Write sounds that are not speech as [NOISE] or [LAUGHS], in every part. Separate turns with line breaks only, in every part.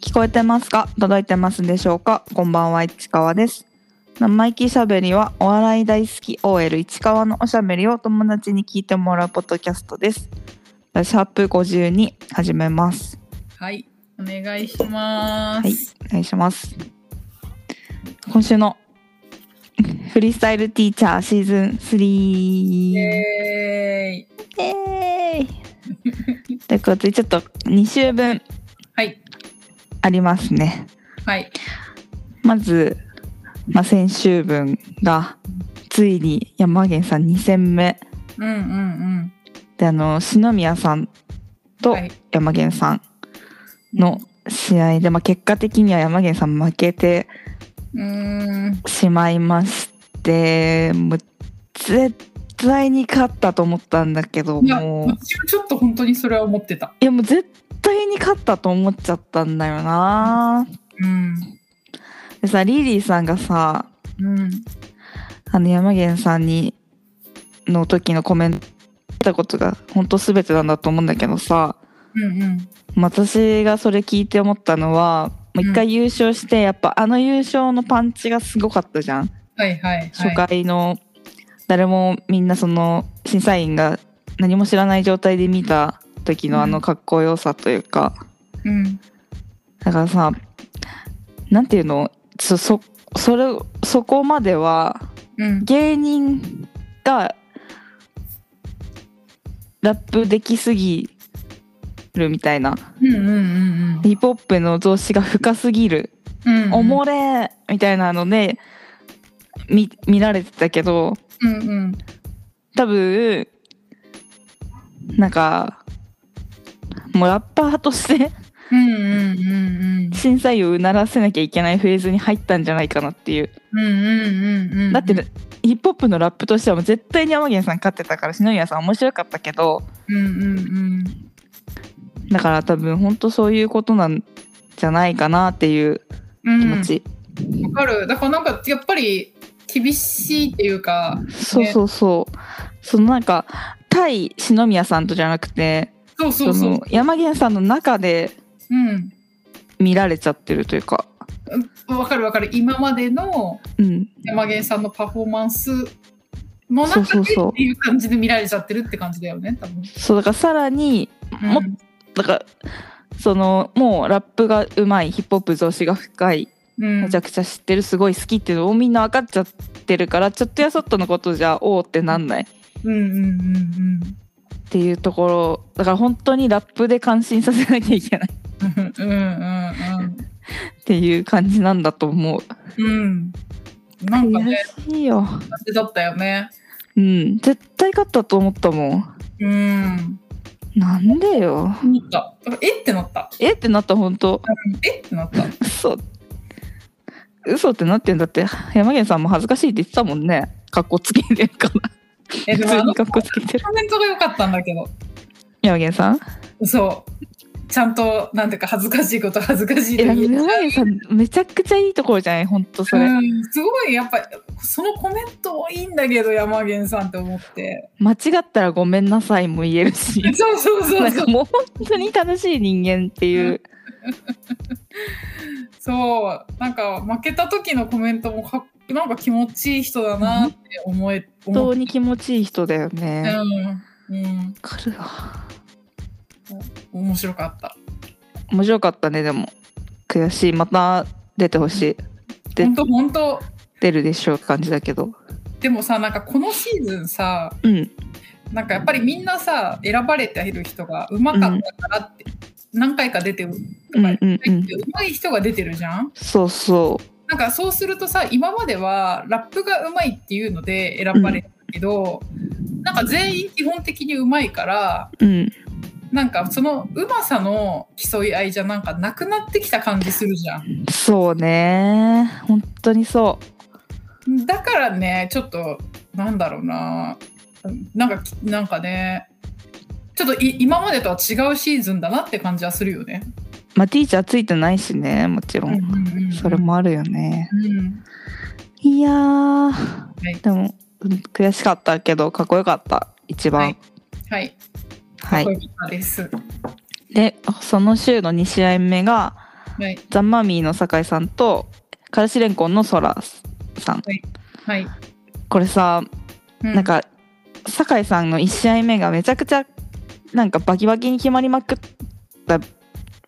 聞こえてますか届いてますでしょうかこんばんは、市川です。生意気しゃべりはお笑い大好き OL 市川のおしゃべりを友達に聞いてもらうポッドキャストです。シャープ52始めます。
はい、お願いしま
はい
す。、
お願いします。今週の [LAUGHS] フリースタイルティーチャーシーズン3。イ
えーい
エーイということで、ちょっと2週分
はい、
ありますね。
はい、
まず、まあ、先週分がついに山源さん2戦目
うんうんうん。
であの篠宮さんと
はい
山源さんの試合で、まあ、結果的には山源さん負けて
うーん、
しまいましてもう絶対に勝ったと思ったんだけど
いや、
もう
私はちょっと本当にそれは思ってた。
いやもう絶対に勝ったと思っちゃったんだよな。
うん、
でさリリーさんがさ
うん、
あの山源さんにの時のコメントたことが本当全てなんだと思うんだけどさ
うん、うん。
まあ私がそれ聞いて思ったのはまあ
うん
一回優勝して、やっぱあの優勝のパンチがすごかったじゃん
はいはいはい。
初回の誰もみんなその審査員が何も知らない状態で見た時のあのかっこよさというか
うん、
だからさなんていうのそそそれそこまでは
うん、
芸人がラップできすぎるみたいな
うん、うん、うん、
ヒップホップの増資が深すぎる、
うん。うん、
おもれーみたいなので見見られてたけど
うん、うん、
多分なんかもうラッパーとして [LAUGHS]
うん、うん、うん、うん、
審査員をうならせなきゃいけないフェーズに入ったんじゃないかなっていう
うん、うん。
だって、ヒップホップのラップとしてはもう絶対に山源さん勝ってたから篠宮さん面白かったけど、
うん、うん、うん。
だから多分本当そういうことなんじゃないかなっていう
うん
気持ち、
わかる。だからなんか、やっぱり、厳しいっていうか、
そうそうそう、そのなんか対篠宮さんとじゃなくて
そうそう
そ
そう
の。山源さんの中で
うん。
見られちゃってるというか
わかるわかる今までの
うん
山源さんのパフォーマンスの
そうそ
中
う
で
そう
っていう感じで見られちゃってるって感じだよね多分、
そうだからさらにもっだからそのもうラップがうまいヒップホップ増資が深い
うん、
めちゃくちゃ知ってるすごい好きっていうのをみんな分かっちゃってるからちょっとやそっとのことじゃおおってなんない
うんうんうん
っていうところだから本当にラップで感心させなきゃいけない
うんうんうん
っていう感じなんだと思う。
うんうんなんかね
悔しいよ。
感じだったよね
うん、絶対勝ったと思ったもん。
うん
なんでよ。
思っただからえってなった、
えってなった本当。
うん、えってなった
嘘。嘘ってなってんだって山源さんも恥ずかしいって言ってたもんね。格好つけてるから。
え
普
でも
通
あの
に
コ
格好つけてる。
メントが良かったんだけど
山源さん。
そうちゃんとなんていうか恥ずかしいこと恥ずかしい
い
と
や
言え
山
ちゃう
源さんめちゃくちゃいいところじゃない本当それ。
うん、すごいやっぱそのコメントいいんだけど山源さんって思って
[LAUGHS] 間違ったらごめんなさいも言えるし。
[LAUGHS] そうそうそ
な
うんそ
か
う
もう本当に楽しい人間っていう。
[LAUGHS] そうなんか負けた時のコメントもかっなんか気持ちいい人だなって思え
本
思
当
っ
に気持ちいい人だよ
て、
ね。わ
うんうん、
かるわ。
面白かった
面白かったねでも悔しいまた出てほしいで
本当本当
出るでしょうって感じだけど
でもさなんかこのシーズンさ
うん
なんかやっぱりみんなさ選ばれている人がうまかったからって、何回か出てる
う
と
ん
か
うんうん
うまい人が出てるじゃん
そうそ
なんかそうするとさ今まではラップがうまいっていうので選ばれたけど、なんか全員基本的にうまいから
ううん
なんかそのうまさの競い合いじゃなんかなくなってきた感じするじゃん
そうね本当にそ
だからねちょっとなんだろうななんかきなんかねちょっとい今までとは違うシーズンだなって感じはするよね。
うまあティーチャーついてないしねもちろん、それもあるよね
うん
いやー、
い
でもうん悔しかったけどかっこよかった一番
はい、
はい、
そういうことです。
でその週の2試合目が
はい
ザ・マミーの酒井さんとからしれんこんのそらさん
はい、
これさ、
うん
なんか酒井さんの1試合目がめちゃくちゃなんかバキバキに決まりまくった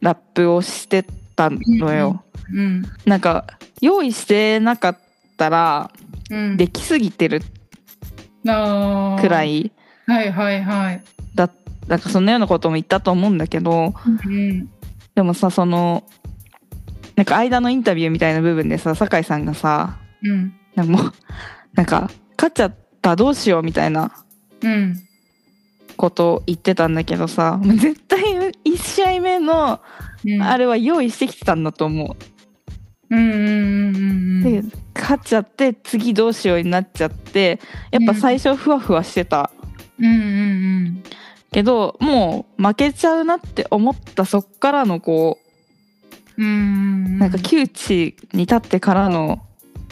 ラップをしてたのよ、
うん
なんか用意してなかったら
うん
できすぎてる
あー
くらい
はいはいはい
だなんかそんなようなことも言ったと思うんだけど
うん
でもさそのなんか間のインタビューみたいな部分でさ酒井さんがさ
うん
なんかもう [LAUGHS] なんか勝っちゃったどうしようみたいな
うん
ことを言ってたんだけどさもう絶対1試合目の
うん
あれは用意してきてたんだと思
うんうんうん
う、
うんう
で
ん
勝っちゃって次どうしようになっちゃってやっぱ最初ふわふわしてた
うんうん
けどもう負けちゃうなって思ったそっからのこ
うんうん
うなんか窮地に立ってからの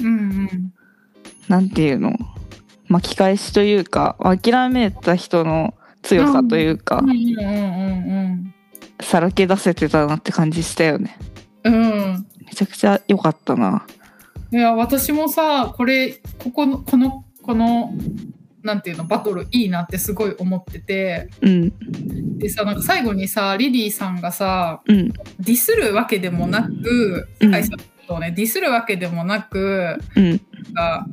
うんうん
なんていうの巻き返しというか諦めた人の強さというか
うんうん
さらけ出せてたなって感じしたよね
うんうんうん
めちゃくちゃ良かったない
や私もさこれここのこのこのなんていうのバトルいいなってすごい思ってて
うん
でさなんか最後にさリリーさんがさ
うん
ディスるわけでもなく
うん
会社のことをねディスるわけでもなく
うん
なんか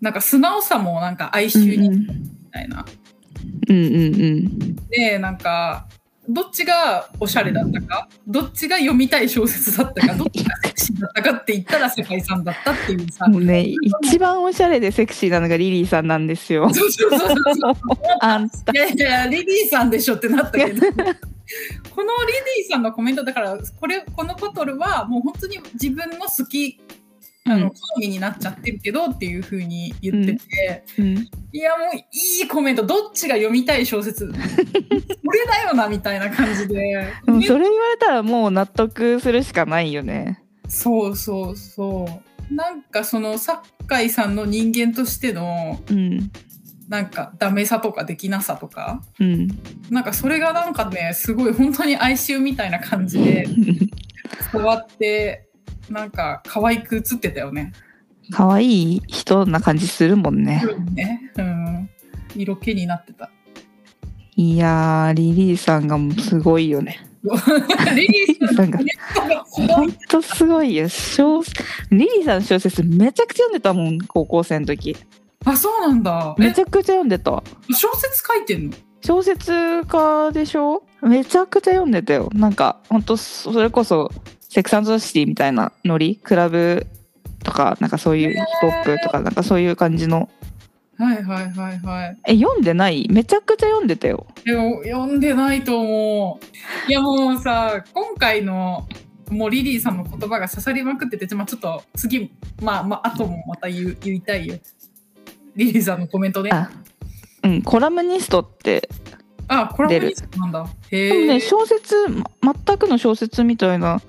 なんか素直さもなんか哀
うん
愁にみたいな。
うんうんうん
でなんかどっちがおしゃれだったかどっちが読みたい小説
[LAUGHS]
だったかどっちがセクシーだったかって言ったら世界さんだったっていうさ
もうね一番おしゃれでセクシーなのがリリーさんなんですよ
そうそうそうそう
あんた
いやいやリリーさんでしょってなった
[LAUGHS]
けどこのリリーさんのコメントだからこれこのバトルはもう本当に自分の好きあ
う
の
ん
好みになっちゃってるけどっていうふうに言ってて、
うん
いやもういいコメントどっちが読みたい小 [LAUGHS] 説これだよなみたいな感じで
でもそれ言われたらもう納得するしかないよね
そうそうそうなんかその酒井さんの人間としての
うん
なんかダメさとかできなさとか
うん
なんかそれがなんかねすごい本当に哀愁みたいな感じで伝わってなんか可愛く映ってたよね。
可愛い人な感じするもんね
ねうん、色気になってた。 [LAUGHS]
いやーリリーさんがもうすごいよね
リリーさんのコメントがすご
ほん
い
とすごいよ小リリーさんの小説めちゃくちゃ読んでたもん高校生の時
あそうなんだ。
め
え
ちゃくちゃ読んでた
小説書いてんの
小説家でしょめちゃくちゃ読んでたよなんかほんとそれこそセクサンドシティみたいなノリクラブとかなんかそういうヒップホップとかなんかそういう感じの
はいはいはいはい。
え読んでないめちゃくちゃ読んでたよ
でも読んでないと思う。いやもうさ今回のもうリリーさんの言葉が刺さりまくってて、まあ、ちょっと次まあまあ後もまた言う言いたいよ。リリーさんのコメントね。
あうんコラムニストって
あこれもリリーさんなんだ。へ
でも
え。
ね小説、ま全くの小説みたいな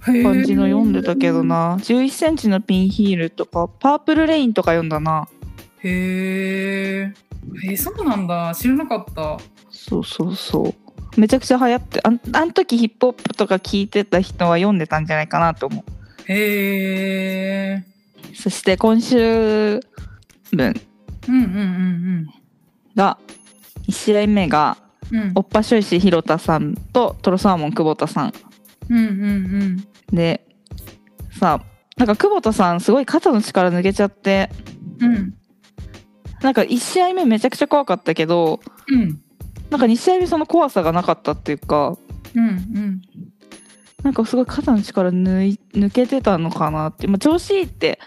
感じの読んでたけどな11センチのピンヒールとかパープルレインとか読んだな
へえ。へえそうなんだ知らなかった。
そうそうそうめちゃくちゃ流行ってあんあの時ヒップホップとか聞いてた人は読んでたんじゃないかなと思
へえ。
うそして今週分
うんうんうん
が1試合目が
うん。うん
おっぱしょいしひろたさんとトロサーモン久保田さん
うんうん
でさなんか久保田さんすごい肩の力抜けちゃって
うんうん
なんか1試合目めちゃくちゃ怖かったけど
うん
なんか2試合目その怖さがなかったっていうか
うんうん
なんかすごい肩の力抜い抜けてたのかなって、まあ、調子いいって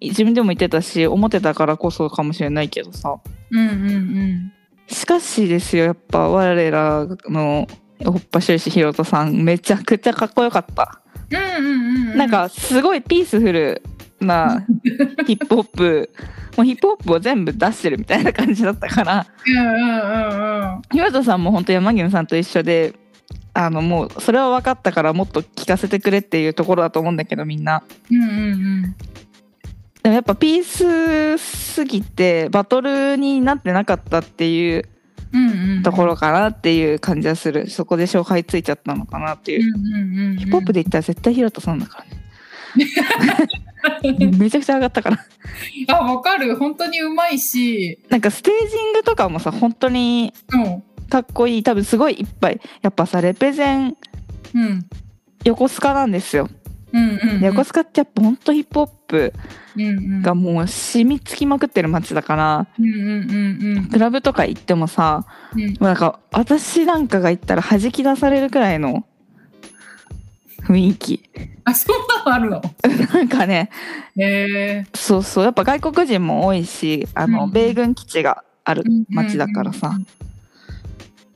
自分でも言ってたし思ってたからこそかもしれないけどさ
うんうん
しかしですよやっぱ我らのおっぱしょいしひろとさんめちゃくちゃかっこよかった、
うんうんうん
なんかすごいピースフルな
[LAUGHS]
ヒップホップもうヒップホップを全部出してるみたいな感じだったから
うんうんうん
ひろとさんも本当山際さんと一緒であのもうそれは分かったからもっと聞かせてくれっていうところだと思うんだけどみんな。
うんうん
でもやっぱピースすぎてバトルになってなかったっていう
うんうん
ところかなっていう感じはするそこで勝敗ついちゃったのかなっていうう、
んうんうんうん
ヒップホップで言ったら絶対ヒロトさんだからねめちゃくちゃ上がったから
あわかる本当にうまいし
なんかステージングとかもさ本当に
うん
かっこいい多分すごいいっぱいやっぱさレペゼン
うん
横須賀なんですよ、
うんうんうん
横須賀ってやっぱほんとヒップホップ
うんうん
がもう染みつきまくってる街だから
うんうんうん
クラブとか行ってもさ
うんうん
もうなんか私なんかが行ったら弾き出されるくらいの雰囲気 [LAUGHS]
あそんなのあるの
なんかね
へえ
そうそうやっぱ外国人も多いしあの、
うん
米軍基地がある街だからさ、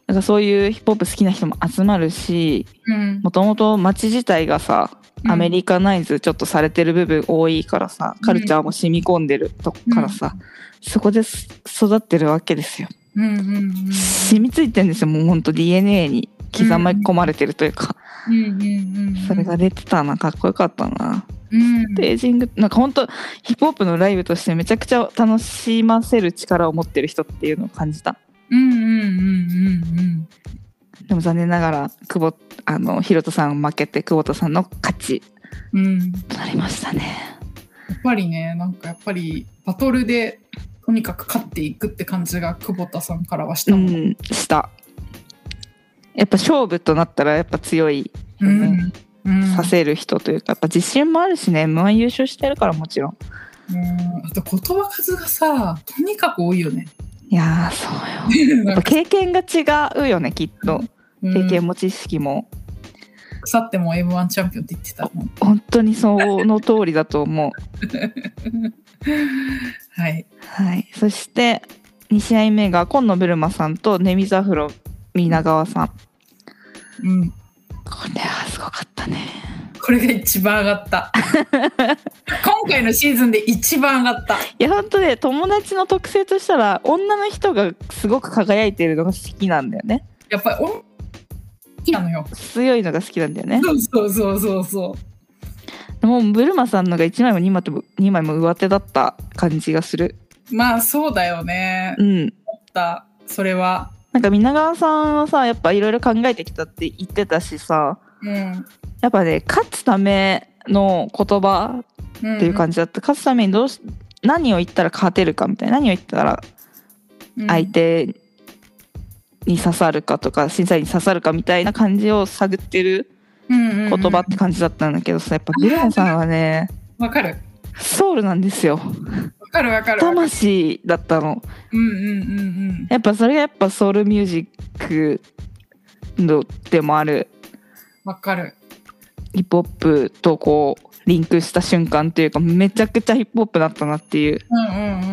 なんかそういうヒップホップ好きな人も集まるし
うん
もともと街自体がさアメリカナイズちょっとされてる部分多いからさ、カルチャーも染み込んでるとこからさ、そこです育ってるわけですよ、
うんうんうん
染みついてんですよもうほんと DNA に刻み込まれてるというか、
うんうんうん
それが出てたなかっこよかったな、
うん
ステージングなんかほんとヒップホップのライブとしてめちゃくちゃ楽しませる力を持ってる人っていうのを感じた
うんうんうんうん
でも残念ながら久保あのひろとさん負けて久保田さんの勝ち
うんうん
となりましたね
やっぱりねなんかやっぱりバトルでとにかく勝っていくって感じが久保田さんからはした
う
もん、
んしたやっぱ勝負となったらやっぱ強い、
うんうん
させる人というかやっぱ自信もあるしね m 1優勝してるからもちろん
うんあと言葉数がさとにかく多いよね
いやーそうよ
な
や
ん
っぱ
か
[LAUGHS] 経験が違うよねきっと
うん
経験も知識も
腐っても m 1チャンピオンって言ってたもん
本当にその通りだと思う
はい
はい、そして2試合目が紺野ブルマさんとネミザフロ皆川さんこ
うん
れはすごかったね
これが一番上がった
[LAUGHS]
今回のシーズンで一番上がった
いや本当ね友達の特性としたら女の人がすごく輝いてるのが好きなんだよね
やっぱりお好きなのよ
強いのが好きなんだよね
そうそうそうそうそ
もうブルマさんのが1枚も2枚も2枚も上手だった感じがする
うまあそうだよね
うん
だそれは
なんか皆川さんはさやっぱいろいろ考えてきたって言ってたしさ
うん
やっぱね勝つための言葉
うん
っていう感じだった、勝つためにどうし何を言ったら勝てるかみたいな何を言ったら
うん
相手に刺さるかとか審査員に刺さるかみたいな感じを探ってる
言
言葉って感じだったんだけどさやっぱグレンさんはね
わかる
ソウルなんですよ
わかるわかるわかる
魂だったの
うんうんうんうん
やっぱそれがやっぱソウルミュージックのでもある
わかる
ヒップホップとこうリンクした瞬間というかめちゃくちゃヒップホップだったなっていう
うんうんう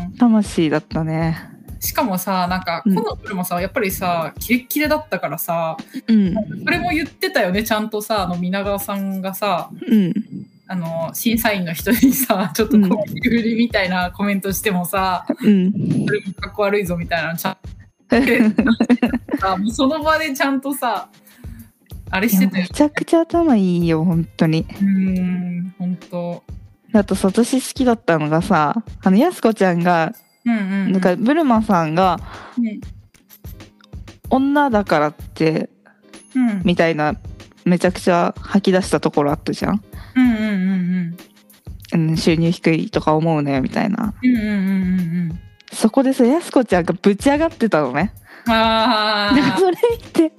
んうん
魂だったね
しかもさなんか
う
こ
ん
のプルもさやっぱりさキレッキレだったからさ
うん
それも言ってたよねちゃんとさあの皆川さんがさ
うん
あの審査員の人にさちょっとこういうふりみたいなコメントしてもさ、
うん
それもかっこ悪いぞみたいなのちゃんと
[LAUGHS]
さもうその場でちゃんとさあれ
い
し
や
てたよ
めちゃくちゃ頭いいよ本当に
うーん本当
あとさ私好きだったのがさあのやすこちゃんが、
うんうんうん
なんかブルマさんが
うん
女だからって
うん
みたいなめちゃくちゃ吐き出したところあったじゃん、
うんうんうん
うん、収入低いとか思うなよみたいな
うんうんうんうん
[LAUGHS]
うん
そこでさやすこちゃんがぶち上がってたのね
うんあー
それ見て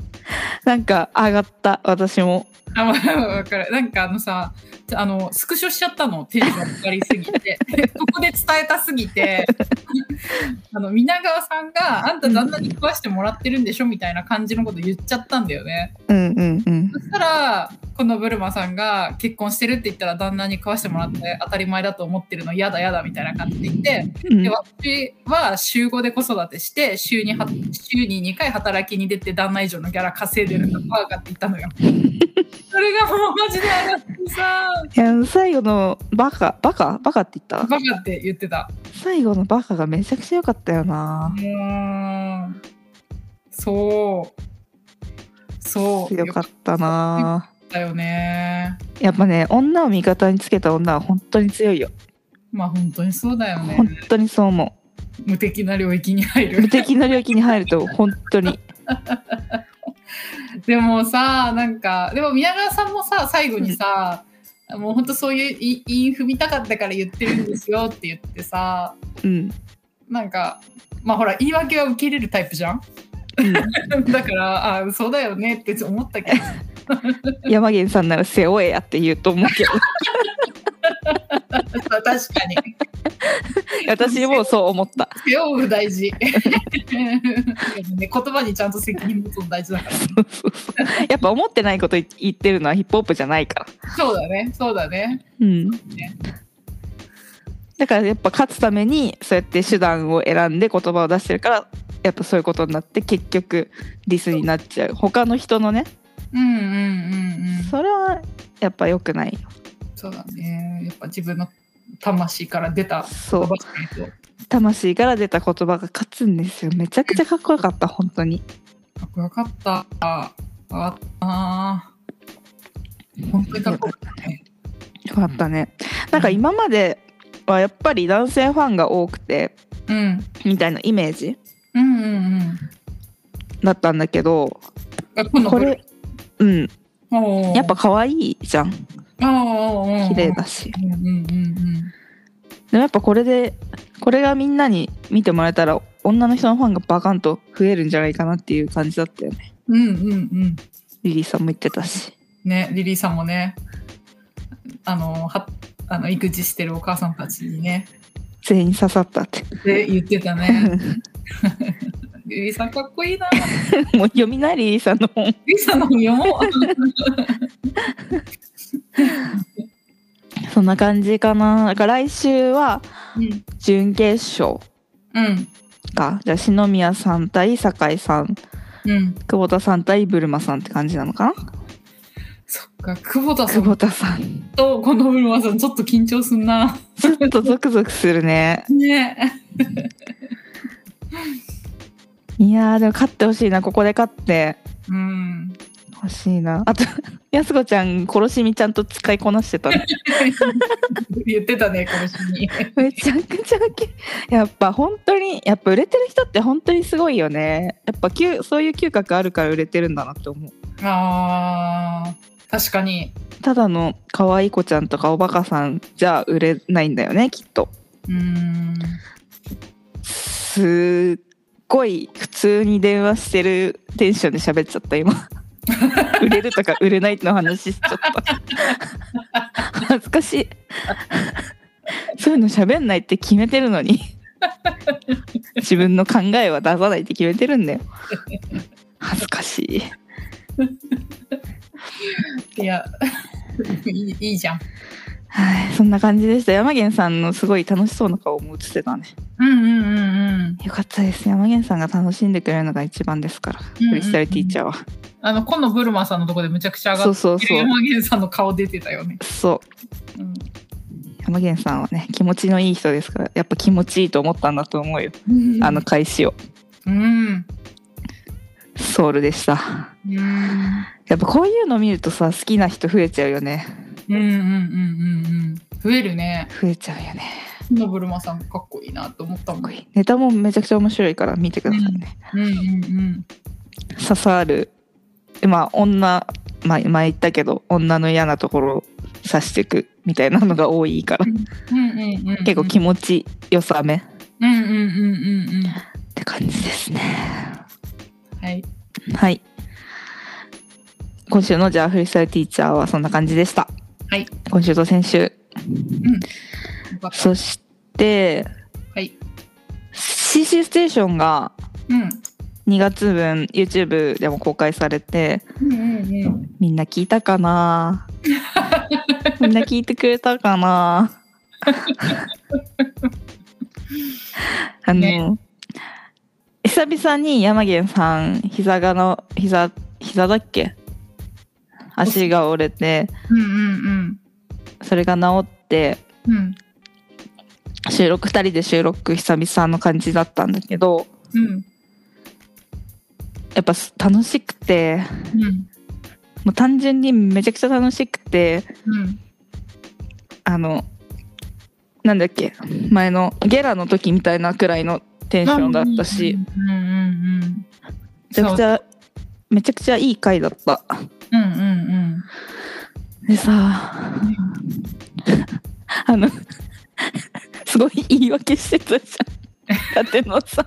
なんか上がった私も
あわわかるなんかあのさあのスクショしちゃったのテンション上がりすぎてここで伝えたすぎて [LAUGHS] あの皆川さんがあんた旦那に食わしてもらってるんでしょみたいな感じのこと言っちゃったんだよね
うんうんうん
そしたらこのブルマさんが結婚してるって言ったら旦那に食わしてもらって当たり前だと思ってるの嫌だ嫌だみたいな感じで言って [LAUGHS]
うん
で私は週5で子育てして週には週に2回働きに出て旦那以上のギャラ稼いでるんだバーカって言った
[LAUGHS]
のよ。それがもうマジで上がってさ
いや最後のバカバカバカって言った
バカって言ってた。
最後のバカがめちゃくちゃ良かったよな
うーんそうそう
強かったな
たよね。
やっぱね女を味方につけた女は本当に強いよ
まあ本当にそうだよね
本。当にそう思
無敵な領域に入る
無敵な領域に入ると本当に
でもさなんかでも宮川さんもさ最後にさ、もうほんとそういうイン踏みたかったから言ってるんですよって言ってさ
うん、
なんかまあほら言い訳は受け入れるタイプじゃん [LAUGHS]
うん、
だからあそうだよねって思ったけど [LAUGHS]
山源さんなら背負えやって言うと思うけど
確かに
私もそう思った
背負う大事 [LAUGHS] ね言葉にちゃんと責任持つの大事だから
そうそうそうやっぱ思ってないこと言ってるのはヒップホップじゃないから
そうだねそうだね
うんだからやっぱ勝つためにそうやって手段を選んで言葉を出してるからやっぱそういうことになって結局ディスになっちゃう他の人のね
うんうんうんうん
それはやっぱ良くないよ
そうだねやっぱ自分の魂から出た
そ
言
う
葉じゃないと
魂から出た言葉が勝つんですよめちゃくちゃかっこよかった本当に
かっこよかった。あったなぁ本当にかっこよかったね。
よかったねなんか今まではやっぱり男性ファンが多くて
うん。
みたいなイメージ
うんうんうん。
だったんだけど
あ、今度
これうん
おー
やっぱ、可愛いじゃん
綺
綺麗。だし
うんうんうん
でもやっぱこれでこれがみんなに見てもらえたら女の人のファンがバカンと増えるんじゃないかなっていう感じだったよね
うん。うんうんうん。
リリーさんも言ってたし
ね、リリーさんもね、あの、はあの育児してるお母さんたちにね、
全員刺さったって [LAUGHS]
で言ってたね。リリーさんかっこいいな。
もう読みないリリーさんの本
リリーさんの本読もう。
そんな感じかなだから来週は
うん。
準決勝
うん。
かじゃあ篠宮さん対酒井さん
うん。
久保田さん対ブルマさんって感じなのかな
そっか、久保田さ
久
ん
保田さん
とこのブルマさん、ちょっと緊張すんな。
ちょっとゾクゾクするね
ね
いやーでも勝ってほしいなここで勝って
うん。
欲しいなあとやす子ちゃん殺しみちゃんと使いこなしてたね
言ってたね、この人に。
めちゃくちゃウケやっぱ本当にやっぱ売れてる人って本当にすごいよねやっぱきゅうそういう嗅覚あるから売れてるんだなって思う
あー、確かに。
ただの可愛い子ちゃんとかおバカさんじゃ売れないんだよねきっと
うーん。
すっごい普通に電話してるテンションで喋っちゃった
[LAUGHS]
今売れるとか売れないの話しちゃった恥ずかしいそういうの喋んないって決めてるのに自分の考えは出さないって決めてるんだよ恥ずかしい
いや、 [LAUGHS] いいいいじゃん。
はいそんな感じでした山源さんのすごい楽しそうな顔も映ってたね
うんうんうん
よかったです山源さんが楽しんでくれるのが一番ですから
うんうんうん
クリスタルティーチャーは
あの、今野ブルマさんのとこでむちゃくちゃ上
そ
が
う
っ
そう
てる
そう
山源さんの顔出てたよね。
そう
うん、
山源さんはね気持ちのいい人ですからやっぱ気持ちいいと思ったんだと思うよ、あの、開始を
うん。
ソウルでした
うん。うん
やっぱこういうの見るとさ好きな人増えちゃうよね
うんうんうんうん。増えるね。
増えちゃうよね
今野ブルマさんかっこいいなと思ったも
か
ん
っ。こいいネタもめちゃくちゃ面白いから見てくださいね、
うんうん
刺さるまあ女まあ前言ったけど女の嫌なところを刺していくみたいなのが多いから
うん。うんうんうん。
結構気持ちよさめっ
うんうんうんうんう
て感じですね
ん。はい。
はい今週のじゃあフリースタイルティーチャーはそんな感じでした
はい
今週と先週
よかった
そして
はい。
CC ステーションが
うん。
2月分 YouTube でも公開されて
うんうんうん。
みんな聞いたか
[LAUGHS]
なみんな聞いてくれたか
[LAUGHS]
なあの、
ね
久々に山源さん膝がの膝膝だっけ足が折れて
うんうん
それが治って
うん。うん
収録2人で収録久々の感じだったんだけど
うん
やっぱ楽しくて
うん
もう単純にめちゃくちゃ楽しくて
うん
あのなんだっけ前のゲラの時みたいなくらいのテンションだったし、
うんうんうん
めちゃくちゃめちゃくちゃいい回だった
うんうんうん
でさあのすごい言い訳してたじゃんだってのさ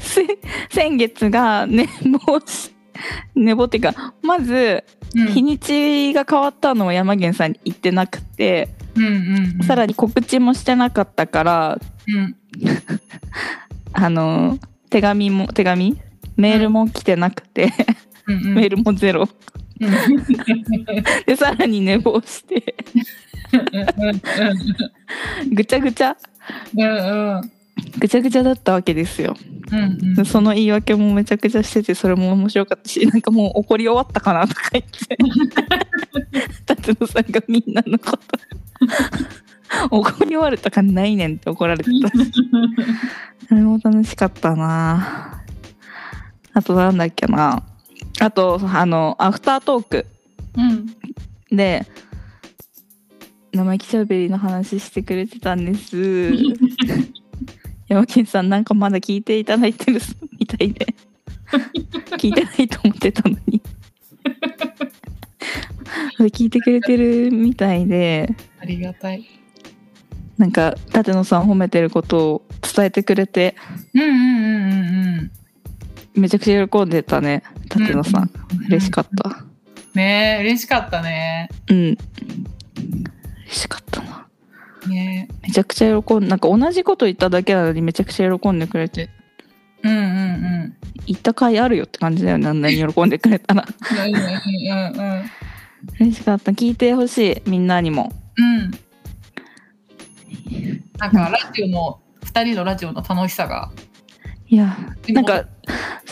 せ先月が寝坊し寝坊っていうかまず
うん
日にちが変わったのを山源さんに言ってなくて、
うんうんうん
さらに告知もしてなかったから
うん
あの手紙も手紙メールも来てなくて、
うんうん
メールもゼロ
うんうん
でさらに寝坊してぐちゃぐちゃ
うんうん
ぐちゃぐちゃだったわけですよ、
うんうん
その言い訳もめちゃくちゃしててそれも面白かったしなんかもう怒り終わったかなとか言って達野さんがみんなのこと怒り終わるとかないねんって怒られてたあれも楽しかったなあとなんだっけなあとあのアフタートーク
うん
で生意気しゃべりの話してくれてたんです山県さんなんかまだ聞いていただいてるみたいで聞いてないと思ってたのに聞いてくれてるみたいで
ありがたい
なんか舘野さん褒めてることを伝えてくれて
うんうんうんうん
めちゃくちゃ喜んでたね舘野さん、
うん
嬉しかった。
ねえ嬉しかったね
うん。嬉しかったな。
ねえ
めちゃくちゃ喜んなんか同じこと言っただけなのにめちゃくちゃ喜んでくれて、
うんうんうん
行った甲斐あるよって感じだよね。あんなに喜んでくれた
[LAUGHS]
ら。
うんうんうんうん
嬉しかった。聞いてほしい。みんなにも。
うん。なんかラジオの二人のラジオの楽しさが。
いや、なんか、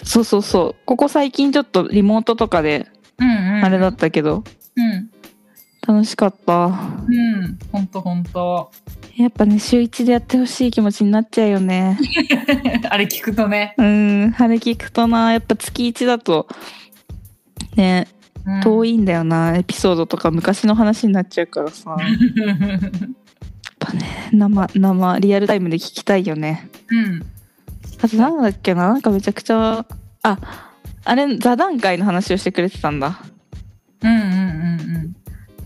そうそうそう。ここ最近ちょっとリモートとかで
うんうん。
あれだ。ったけど、
うん
楽しかった。
うん。本当本当。 [LAUGHS]
やっぱね、週一でやってほしい気持ちになっちゃうよ
[LAUGHS]
ね。
あれ聞くとね。
うん、晴れ聞くとな、やっぱ月一だと、ね、
うん
遠。いんだよなエピソードとか昔の話になっちゃうからさやっぱね生生リアルタイムで聞きたいよね
うん。
あとなんだっけななんかめちゃくちゃああれ座談会の話をしてくれてたんだ
うんうん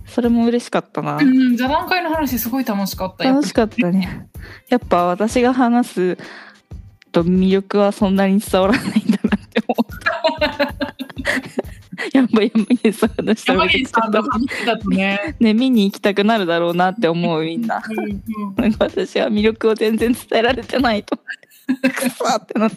それも嬉しかったな
うんうん。うん。座談会の話すごい楽しかったよ。
楽しかったねやっぱ私が話すと魅力はそんなに伝わらないんだなって思った
[LAUGHS]
やっぱ山岸さん話した
山
らめち
岸
ゃくちゃ
さんの話だとね。
ね見に行きたくなるだろうなって思うみんな
うんうん。
なんか私は魅力を全然伝えられてない
[LAUGHS]
とくそーってなっ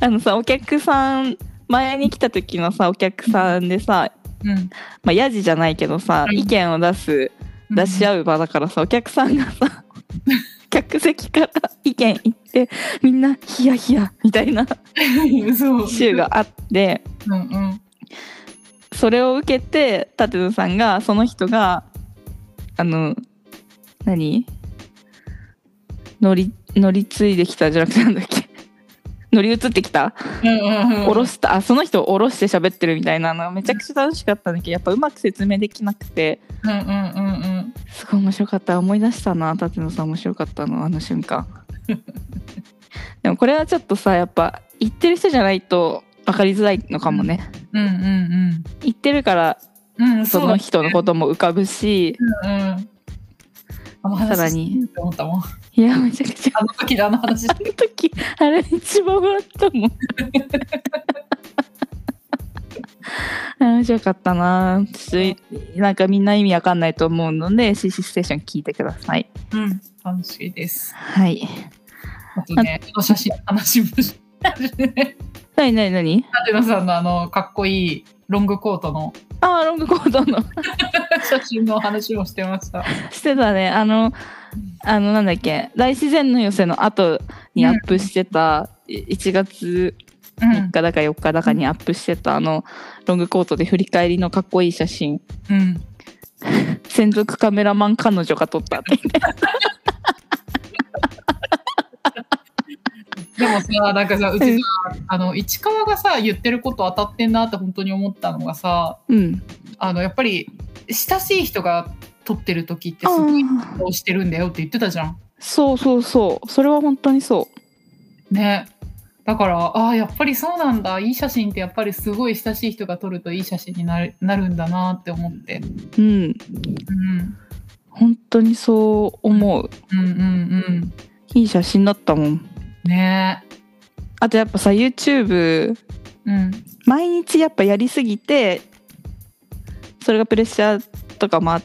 たあのさお客さん前に来た時のさお客さんでさ、
うん。
まあ、ヤジじゃないけどさ、
うん
意見を出す出し
合
合う場だからさお客さんが
[LAUGHS]
さ客席から意見言ってみんなヒヤヒヤみたいな
うん。そう。
週。があって
うんうん。
それを受けて舘野さんがその人があの何乗り乗り継いできたじゃなくてなんだっけ [LAUGHS] 乗り移ってきた
うんうんうん。
下ろしたあその人を下ろして喋ってるみたいなのがめちゃくちゃ楽しかったんだけどやっぱうまく説明できなくて
うんうんうんうん。
すごい面白かった思い出したな舘野さん面白かったのあの瞬
[LAUGHS]
間でもこれはちょっとさやっぱ言ってる人じゃないと分かりづらいのかもね
うんうん
言ってるから
うん。うん。
その人のことも浮かぶし、
うんうん。あの話
さらに
してるって思ったもん。
いや、めちゃくちゃ、
あの時のあ
[LAUGHS]
の話し
あの時、あれ一番笑ったもん。 [LAUGHS] あれ面白かったなちょっとなんかみんな意味わかんないと思うので、CC ステーション聞いてください。
うん、楽しいです。
はい。
あとね、あの写真の話もしたしね。
なになになに
舘野さんのあの、かっこいいロングコートの [LAUGHS]
あー、ロングコートの。 [LAUGHS]
写真の話もしてました。
してたね。あの、あの、なんだっけ、大自然の寄せの後にアップしてた、1月
うん、
3日だか4日だかにアップしてた、あの、ロングコートで振り返りのかっこいい写真。
うん。
専属カメラマン彼女が撮ったって
でもさ、なんかさ、うち [LAUGHS] さ、あの、市川がさ、言ってること当たってんなって本当に思ったのがさ、
うん
あの、やっぱり、親しい人が撮ってる時って
あ
すごい
ー
顔してるんだよって言ってたじゃん。
そうそうそうそれは本当にそ
ね。だから、ああ、やっぱりそうなんだ。いい写真ってやっぱりすごい親しい人が撮るといい写真になるなるんだなって思って。
ううん
うん。
本当にそう思う
うんうんうん。
いい写真だったもん
ね
あとやっぱさ YouTube
うん。
毎日やっぱやりすぎてそれがプレッシャーとかもあっ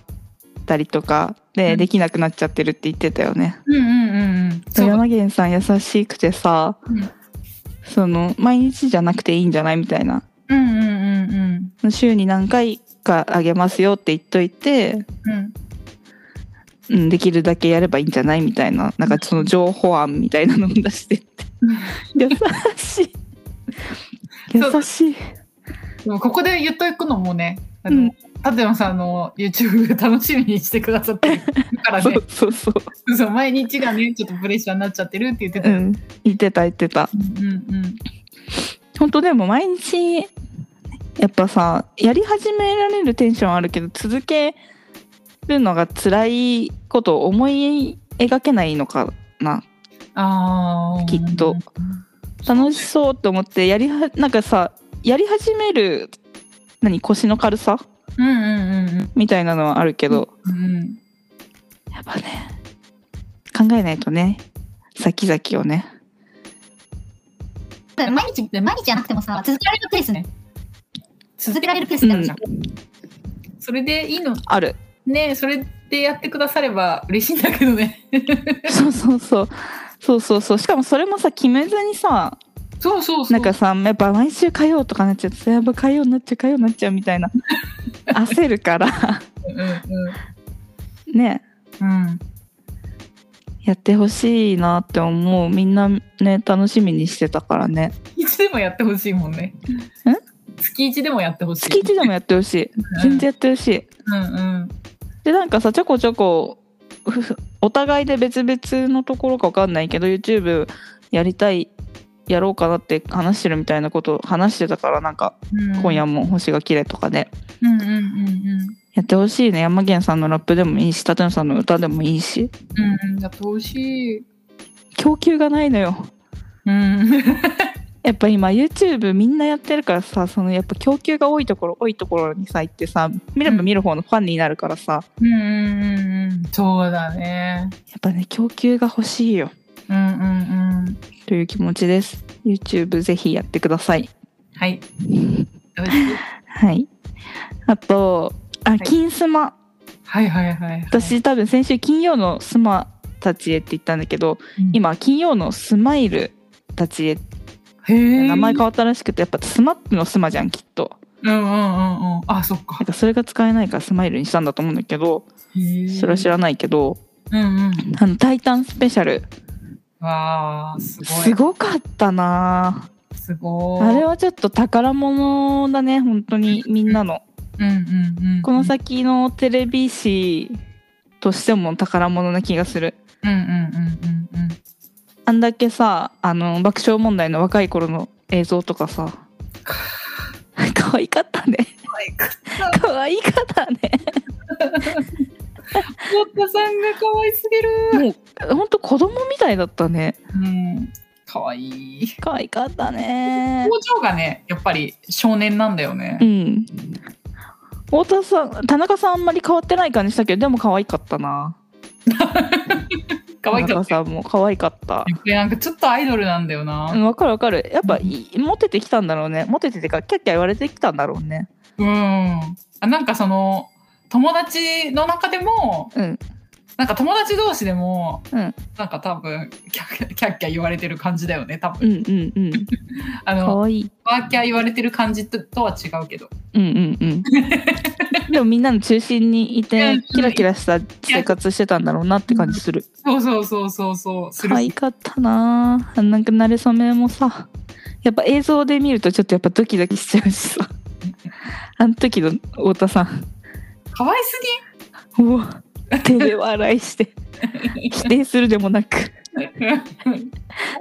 たりとか
う
で
ん
できなくなっちゃってるって言ってたよね。
うんうんうんうん。そう。
山源さん優しくてさ、
うん
その毎日じゃなくていいんじゃないみたいな
うんうんうん
週に何回かあげますよって言っといて、
うん。うん。
うん、できるだけやればいいんじゃないみたいななんかその情報案みたいなのも出してって [LAUGHS] 優しい
そう
優しい
でもここで言っとくのもね、あ
うん
の、立山さんの YouTube 楽しみにしてくださってるから
[LAUGHS] そ
ね
う、そうそう、
そう毎日がね、ちょっとプレッシャーになっちゃってるって言ってた。
う
うん
ん、言ってた言ってた
うん
本当でも毎日やっぱさやり始められるテンションあるけど続けるのが辛いことを思い描けないのかな
うん。ああ。
きっと。楽しそうと思ってやりはなんかさやり始める何腰の軽さ
うんうんうん
みたいなのはあるけど、
うん。うん。
やっぱね考えないとね先々をね
毎日、毎日じゃなくてもさ、続けられるペースね。続けられるペースになるじゃん。
それでいいの
ある
ね、それでやってくだされば嬉しいんだけど
[LAUGHS]
ね。
[LAUGHS] そうそうそうそうそうそうしかもそれもさ決めずにさ
そうそうそう。
なんかさやっぱ毎週火曜とかなっちゃってやっぱ火曜になっちゃう火曜になっちゃうみ [LAUGHS] たいな焦るから
うんうん
ね
うん。うん。
やってほしいなって思うみんなね楽しみにしてたからね
一でもやってほしいもんね。月一でもやってほしい。
月1でもやってほしい全然やってほしい
うんうん。
でなんかさちょこちょこ [LAUGHS] ふふお互いで別々のところか分かんないけど YouTube やりたいやろうかなって話してるみたいなことを話してたからなんか
うん
今夜も星が綺麗とかで
うんうんうん
やってほしいね山源さんのラップでもいいし舘野さんの歌でもいいし
うん。うん、やってほしい。
供給がないのよ
うん。
やっぱ今 YouTube みんなやってるからさそのやっぱ供給が多いところ多いところにさ行ってさ見れば見る方のファンになるからさ
うんうんうんうん。そうだね。
やっぱね供給が欲しいよ
うんうんうん。
という気持ちです YouTube ぜひやってください
はい。
はい。あと、あ、金スマ。
はいはいはい、はい。
私多分先週金曜のスマたちへって言ったんだけど、
うん、
今金曜のスマイルたちへ
へえ。
名前変わったらしくて、やっぱスマップのスマじゃん、きっと。
うんうんうんうん。あ、そっか
なん。かそれが使えないからスマイルにしたんだと思うんだけど、
へえ
それは知らないけど、
うんうん。
あの、タイタンスペシャル。
わあ、すごい。
すごかったなぁ
すごい。
あれはちょっと宝物だね、本当にみんなの。
うんうんうん。
この。先のテレビ誌としても宝物な気がする。
うんうんうんうんうん。
あんだけさあの爆笑問題の若い頃の映像とかさ [LAUGHS] 可愛かったね
可愛かった
可愛かったね
太田さんが可愛すぎる。
もうほんと子供みたいだったね
うん。可愛い。
可愛かったね
表情がね、やっぱり少年なんだよね
う。ん太田さん田中さんあんまり変わってない感じしたけどでも可愛かったな
可愛か
田
った。
中さんも可愛かった
やっぱりなんかちょっとアイドルなんだよな。
うんわかるわかるやっぱいモテてきたんだろうねモテててかキャッキャ言われてきたんだろうね
うん、あなんかその友達の中でも
うん
なんか友達同士でも、
うん
なんか多分キャッキャキャッキャ言われてる感じだよね多
う
分
んうんうん
あの
可愛い
ワーキャー言われてる感じととは違うけど
うんうん
[LAUGHS]
うん。でもみんなの中心にい
うん
てキラキラした生活してたんだろうなって感じする。
そうそうそうそうそうする
可愛かったなぁ。なんか慣れ初めもさ、やっぱ映像で見るとちょっとやっぱドキドキしちゃうし
[LAUGHS]
さ。あの時の太田さん、
可愛す
うわ、手で笑いして、
[LAUGHS]
否定するでもなく、
ぎ [LAUGHS] ん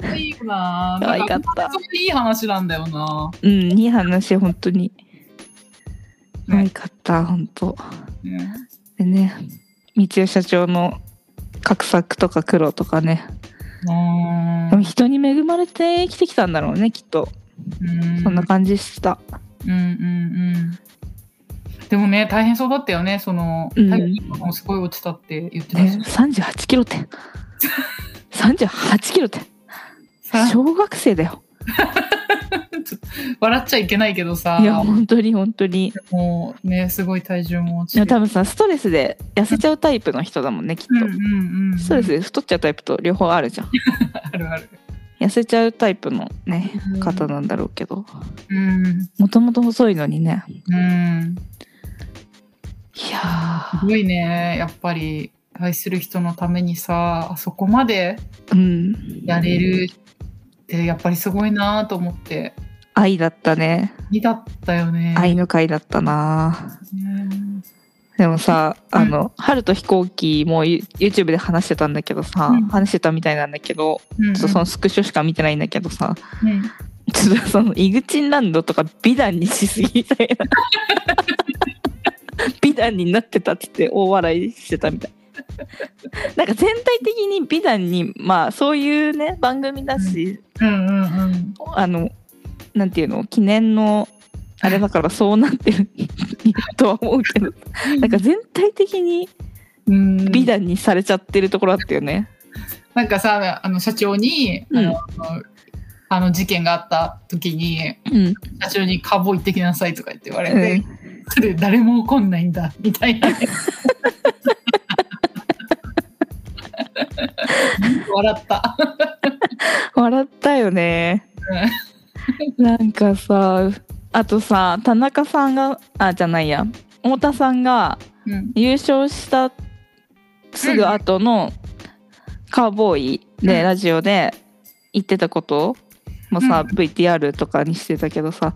可愛いよな
可愛か
なん
った
そ。れいい話なんだよな、
うん、いい話、本当に。
ね
可愛かった、本当。
うん
でね、三代社長の画策とか苦労とかね
あ
でも人に恵まれて生きてきたんだろうねきっとそんな感じした
うんうんうん。でもね、大変そうだったよね。その、
うん
体力もすごい落ちたって言ってたし
ね。38キロって
[LAUGHS]
38キロって
さちょ
小学生だよ
っと [LAUGHS] 笑っちゃいけないけどさ
い、や本当に本当に
もうね、すごい体重も落
で
ち
も
て。
多分さストレスで痩せちゃうタイプの人だもんねきっと、
うんうんうん。
ストレスで太っちゃうタイプと両方あるじゃん
あるある。
痩せちゃうタイプのね
うん
方なんだろうけど
うん。
もともと細いのにね
うん。
いや
すごいね、やっぱり。愛する人のためにさ、あそこまで
ーうん
やれるって、やっぱりすごいなと思って。
愛だったね
にだったよね。
愛の会だったな
うん
でもさ
うん
あの「春と飛行機」も You- YouTube で話してたんだけどさ、
うん
話してたみたいなんだけど
うん
ちょっとそのスクショしか見てないんだけどさ [LAUGHS]
うん
ちょっとそのイグチンランドとか美談にしすぎみたいな [LAUGHS] 美談になってたっつって大笑いしてたみたいなんか全体的に美談にまあそういうね番組だし、
うんうんうん。
あのなんていうの記念のあれだからそうなってるとは思うけどなんか全体的に
うん
美談にされちゃってるところあったよね。
なんかさあの社長に、
うん
あのあの事件があった時に
うん、
社長に「カーボーイ行ってきなさい」とかって言われ
う
て
ん、
「それ誰も怒んないんだ」みたいな。笑った。
笑ったよね。なんかさあとさ田中さんがあじゃないや太田さんが
うん
優勝したすぐ後のカウボーイで、
うん
ラジオで言ってたこともさ、
う
VTR とかにしてたけどさ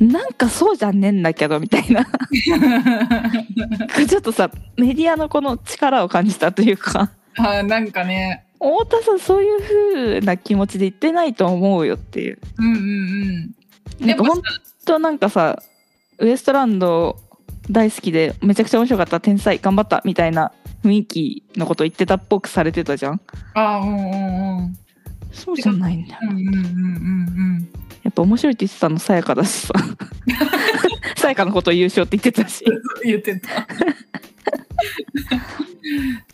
うん [LAUGHS]
なんかそうじゃねえんだけどみたい [LAUGHS] なちょっとさメディアのこの力を感じたというか
あなんかね、
太田さんそういう風な気持ちで言ってないと思うよっていう。
うんうんうん。
なんか本当なんかさウエストランド大好きでめちゃくちゃ面白かった天才頑張ったみたいな雰囲気のこと言ってたっぽくされてたじゃん
あうんうんうん
そうじゃないんだよ
うんうんうんうん
やっぱ面白いって言ってたのさやかだしさ [LAUGHS] さやかのこと優勝って言ってたし
うん。言ってた。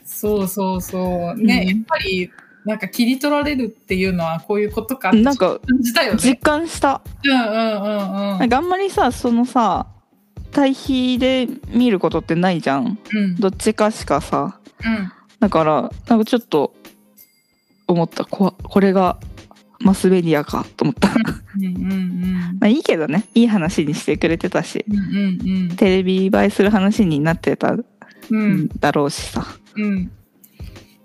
そうそうそう。ね、
うん
やっぱりなんか切り取られるっていうのはこういうことかって
なんか
感じたよ
実
ね。
感した
うんうんうんう
なん
ん。
かあんまりさそのさ対比で見ることってないじゃん
うん
どっちかしかさ
うん
だからなんかちょっと思ったここれがマスメディアかと思った [LAUGHS]
うんうんうん
まあいいけどねいい話にしてくれてたし
うんうん
テレビ映えする話になってたん
うんうん
だろうしさ、
うん。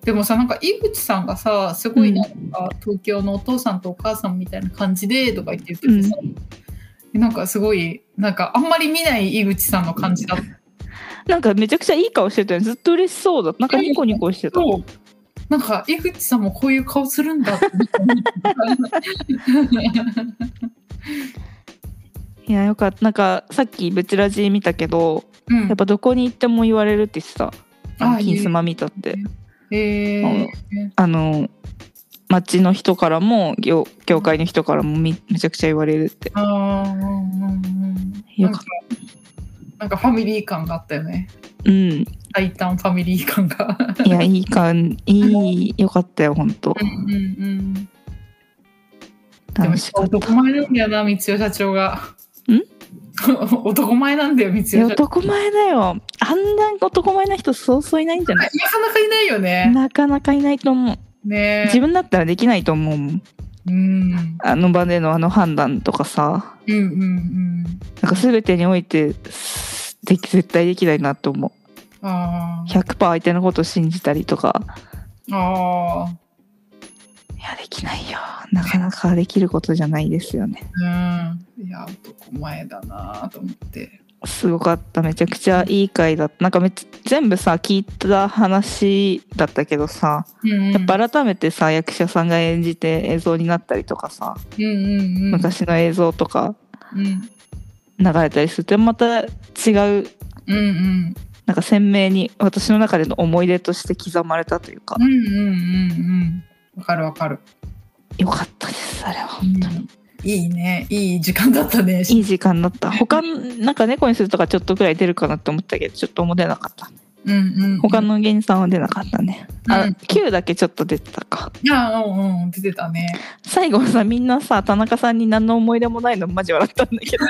でもさなんか井口さんがさすごいなんか東京のお父さんとお母さんみたいな感じでとか言って言っててさ、なんかすごいなんかあんまり見ない井口さんの感じだった
なんかめちゃくちゃいい顔してたよねずっと嬉しそうだったなんかニコニコしてた、
そうなんか江口さんもこういう顔するんだって
いやよかったなんかさっきブチラジ見たけど
うん
やっぱどこに行っても言われるって言ってたあの
あ
金スマ見たって
えー
あのあの町の人からも業業界の人からもみめちゃくちゃ言われるって
あーうんうんうん
よかっ
なんかファミリー感があったよね
たうん
大胆ファミリー感が [LAUGHS]
いやいい感いいよかったよ本当
うんうんうんでも
楽しかった
男前なんだよな三代社長が
ん
[LAUGHS] 男前なんだよ三代
いや
社長
男前だよあんな男前な人そうそういないんじゃない
なかなかいないよね
なかなかいないと思う
ね
自分だったらできないと思うもん
うんうん
あの場でのあの判断とかさ
うんうん
なんか全てにおいてすでき絶対できないなと思
あ
う
ー
100%相手のこと信じたりとか
あー
いやできないよなかなかできることじゃないですよね
うんいや男前だなと思って
すごかっためちゃくちゃいい回だったなんかめっちゃ全部さ聞いた話だったけどさや
や
っぱ改めてさ役者さんが演じて映像になったりとかさ、
うんうんうん
昔の映像とか
うん
流れたりするとまた違う
うんうん
なんか鮮明に私の中での思い出として刻まれたというか、
うんうんうんうん。わかるわかる。
よかったですあれは本当に、
いいね。いい時間だったね。
いい時間だった他なんか猫にするとかちょっとくらい出るかなって思ったけどちょっとも出なかった
うんうん。
他の芸人さんは出なかったね、
う
あ
ん
Q だけちょっと出てたか
いや、うんうん。出てたね。
最後さみんなさ田中さんに何の思い出もないのマジ笑ったんだけど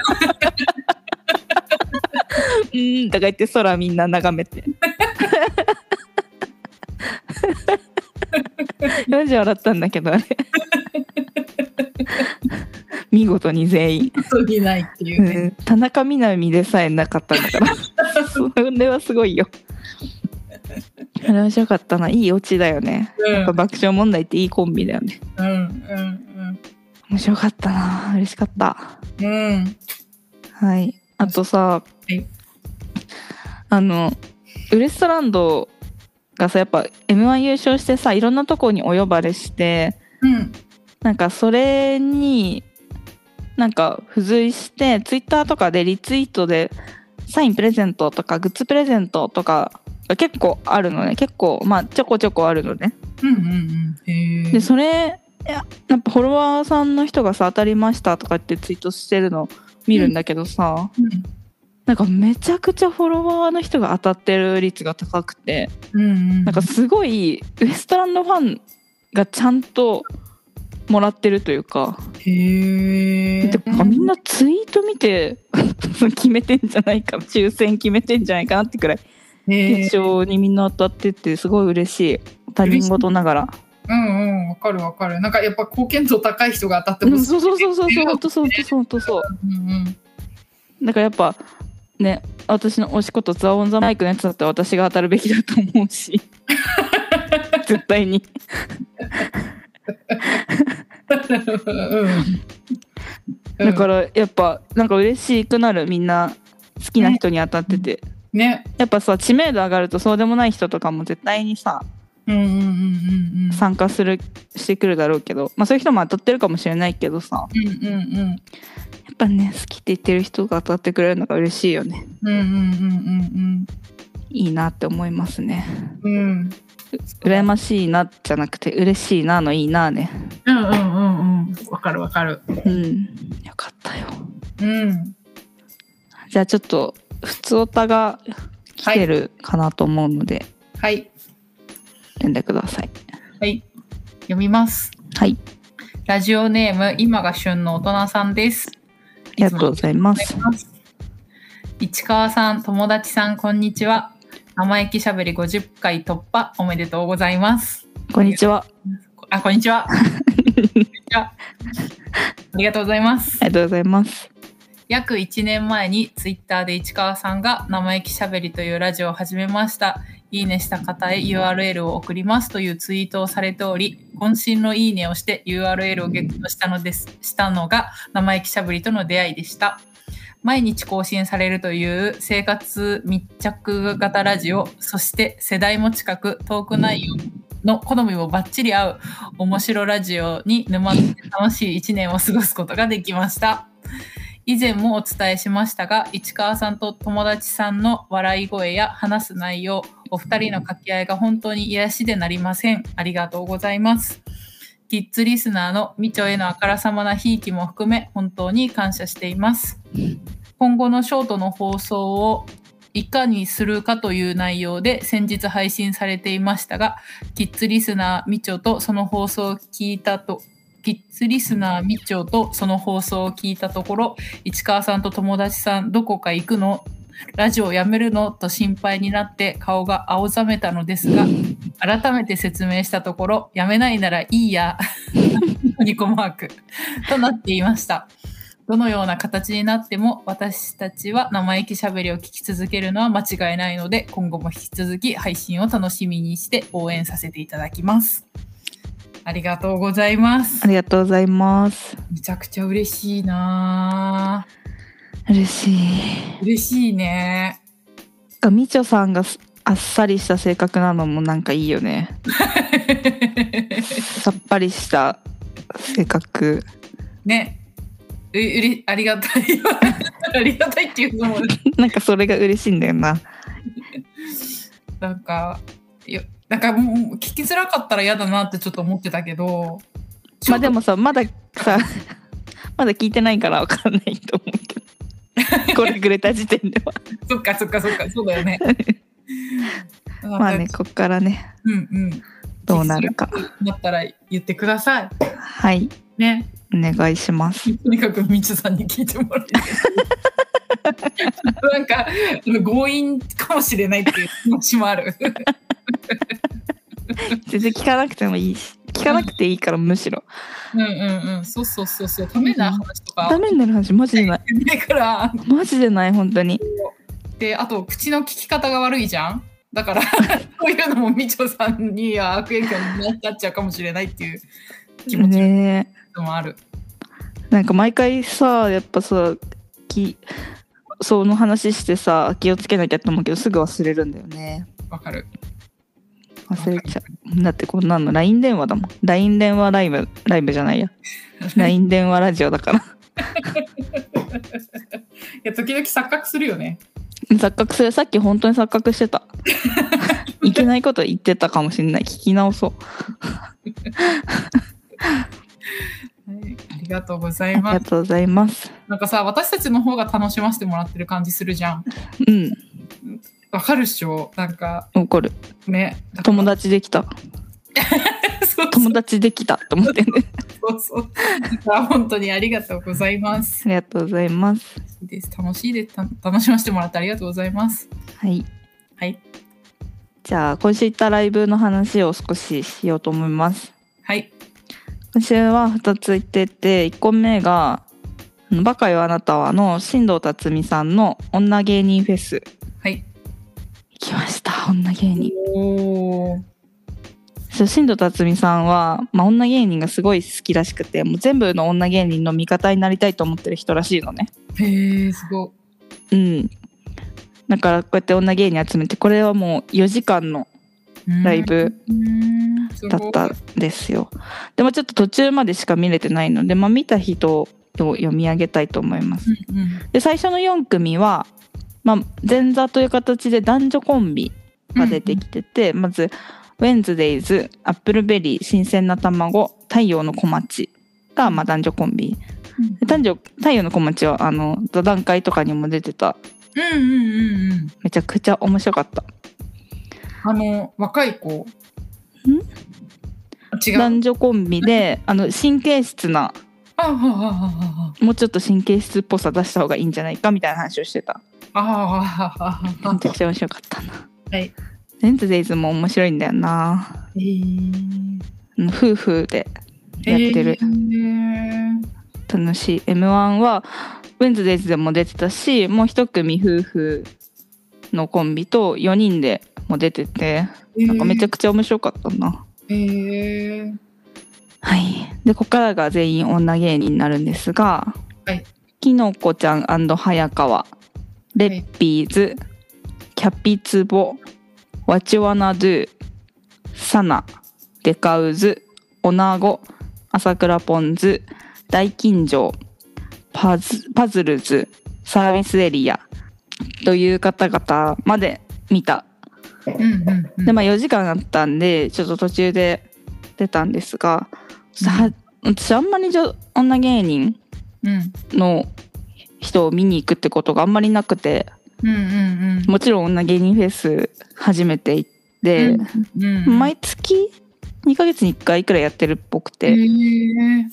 うーんとか言って空みんな眺めてマジ笑ったんだけどあれ見事に全員、
そういないっていううね。
ん、田中みな実でさえなかったんだからそれはすごいよあれ面白かったないいオチだよね
うん。
やっぱ爆笑問題っていいコンビだよね
うんうん
面白かったな嬉しかった
うん。うん。
はいあとさ、
い
あのウエストランドがさやっぱ m 1優勝してさいろんなとこにお呼ばれして
うん。
なんかそれになんか付随してツイッターとかでリツイートでサインプレゼントとかグッズプレゼントとかが結構あるのね結構まあちょこちょこあるのね
うんうんうん。へ
で
え。
それいややっぱフォロワーさんの人がさ当たりましたとかってツイートしてるの見るんだけどさ、
うん
なんかめちゃくちゃフォロワーの人が当たってる率が高くて、
うんうん。
なんかすごいウエストランドファンがちゃんともらってるというか、
へえ。
でなんかみんなツイート見て [LAUGHS] 決めてんじゃないか抽選決めてんじゃないかなってくらい
へえ
決勝にみんな当たっててすごい嬉しい他人事ながら。
うんうん。わかるわかる。なんかやっぱ貢献度高い人が当たって
う
ほ
ん
しい。
そうそうそうそうそう本当そう本当そう本当そう。
うんうん。
だからやっぱね私の推しことザ・オン・ザ・マイクのやつだったら私が当たるべきだと思うし絶対に
うん
だからやっぱなんか嬉しくなるみんな好きな人に当たってて、
ね。
やっぱさ知名度上がるとそうでもない人とかも絶対にさ
うんうんうんうんうん。
参加するしてくるだろうけど、まあ、そういう人も当たってるかもしれないけどさ
うんうん
やっぱね好きって言ってる人が当たってくれるのが嬉しいよね
うん。うんうんうん
いいなって思いますね
うんうん。うん。
羨ましいなじゃなくて嬉しいなのいいなね
うんうんうんうん。わかるわかる。
うんよかったよ
うん。
じゃあちょっと普通オタが来てるかなと思うので
はい。
読んでください。
はい。読みます。
はい、
ラジオネーム、今が旬の大人さんです。
ありがとうございま
お願い
す
し。ます市川さん、友達さん、こんにちは。生意気しゃべり50回突破、おめでとうございます。
こんにちは。
あ、こんにちは。こんにちはありがとうございます
あ。りがとうございます。
約1年前にツイッターで市川さんが生意気しゃべりというラジオを始めました。いいねした方へ URL を送りますというツイートをされており、渾身のいいねをして URL をゲットしたのです、したのが生意気しゃべりとの出会いでした。毎日更新されるという生活密着型ラジオ、そして世代も近くトーク内容の好みもバッチリ合う面白ラジオに沼って楽しい一年を過ごすことができました。以前もお伝えしましたが市川さんと友達さんの笑い声や話す内容お二人の掛け合いが本当に癒しでなりませんありがとうございますキッズリスナーのみちょへのあからさまなひいきも含め本当に感謝しています今後のショートの放送をいかにするかという内容で先日配信されていましたがキッズリスナーみちょとその放送を聞いたとキッズリスナーみちょとその放送を聞いたところ市川さんと友達さんどこか行くのラジオやめるのと心配になって顔が青ざめたのですが改めて説明したところやめないならいいや [LAUGHS] ニコマークとなっていましたどのような形になっても私たちは生意気しゃべりを聞き続けるのは間違いないので今後も引き続き配信を楽しみにして応援させていただきますありがとうございます
ありがとうございます。
めちゃくちゃ嬉しいなぁ
嬉しい。
嬉しいね。 [LAUGHS]
がみちょさんがすあっさりした性格なのもなんかいいよね。さっぱりした性格。
ね。ううれあり [LAUGHS] がたい。ありがたいっていうのも、
なんかそれが嬉しいんだよな。
なんかよなんかもうもう聞きづらかったら嫌だなってちょっと思ってたけど
まあでもさまださ [LAUGHS] まだ聞いてないからわかんないと思うけど
[LAUGHS]
これくれた時点では
そっかそっかそっかそうだよ
[LAUGHS]
ね
まあ
なん
ね
か
こっからね
うんうん
どうなるか
だったら言ってください
はい
ね
お願いします
とにかくみちさんに聞いてもらい [LAUGHS] たいなんかあの強引かもしれないっていう気持ちもある [LAUGHS]
全然聞かなくてもいいし聞かなくていいからむしろ
うんうんうんそうそうそうそうためな話とか
ダメになる話マジでない
だから
マジでない本当に
であと口の聞き方が悪いじゃんだから [LAUGHS] そういうのもみちょさんには悪影響になっちゃうかもしれないっていう気持ち
ね
もある、
えなんか毎回さやっぱさきその話してさ気をつけなきゃと思うけどすぐ忘れるんだよね
わかる
忘れちゃうだってこんなの LINE 電話だもん LINE 電話ライブライブじゃないや LINE 電話ラジオだから [LAUGHS]
[LAUGHS] いや時々錯覚するよね
錯覚するさっき本当に錯覚 [LAUGHS] してたいけないこと言ってたかもしれない聞き直そう
はいありがとうござ
あ
い
り
ま
が
す
とうございます
なんかさ私たちの方が楽しませてもらってる感じするじゃん
うん
わかるっしょなんか
怒る
ね
友達できた
達 [LAUGHS] そう
友達できたと思ってね
そうそうだから本当にありがとうございます
ありがとうございます
です楽しいですた楽しませてもらってありがとうございます
はい
はい
じゃあ今週行ったライブの話を少ししようと思います
はい
今週は2つ行ってて1個目が「あのバカよあなたは」の新藤辰巳さんの「女芸人フェス」
はい
行きました女芸人
おお
そう新藤辰巳さんは、まあ、女芸人がすごい好きらしくてもう全部の女芸人の味方になりたいと思ってる人らしいのね
へえすごい
うんだからこうやって女芸人集めてこれはもう4時間のライブ
うんす
だ
ごい
ったんですよでもちょっと途中までしか見れてないので、まあ、見た人を読み上げたいと思います
うんうん
で最初の4組は、まあ、前座という形で男女コンビが出てきてて、まずウェンズデイズアップルベリー新鮮な卵太陽の小町がまあ男女コンビ
うん
で男女太陽の小町はあの座談会とかにも出てた
うんうんうんうん
めちゃくちゃ面白かった
あの若い子違う
男女コンビ
[LAUGHS]
であの神経質な
あああ
もうちょっと神経質っぽさ出した方がいいんじゃないかみたいな話をしてた
ああああああ
めちゃくちゃ面白かったな
はい
ウェンズデイズも面白いんだよな
えー
あの夫婦でやってる
えー
楽しい m 1はウェンズデイズでも出てたしもう一組夫婦のコンビと4人でも出ててなんかめちゃくちゃ面白かったな、
えー
はいでここからが全員女芸人になるんですが、
はい
きのこちゃん早川レッピーズ、キャピツボワチワナドゥサナデカウズオナゴ朝倉ポンズ大金城パズパズルズサービスエリアという方々まで見た
うんうんうん
でまあ4時間あったんでちょっと途中で出たんですがさ私あんまり女女芸人
うん
の人を見に行くってことがあんまりなくて
うんうんうん
もちろん女芸人フェス初めて行って、
うんうん
毎月2ヶ月に1回くらいやってるっぽく
え
て、
ー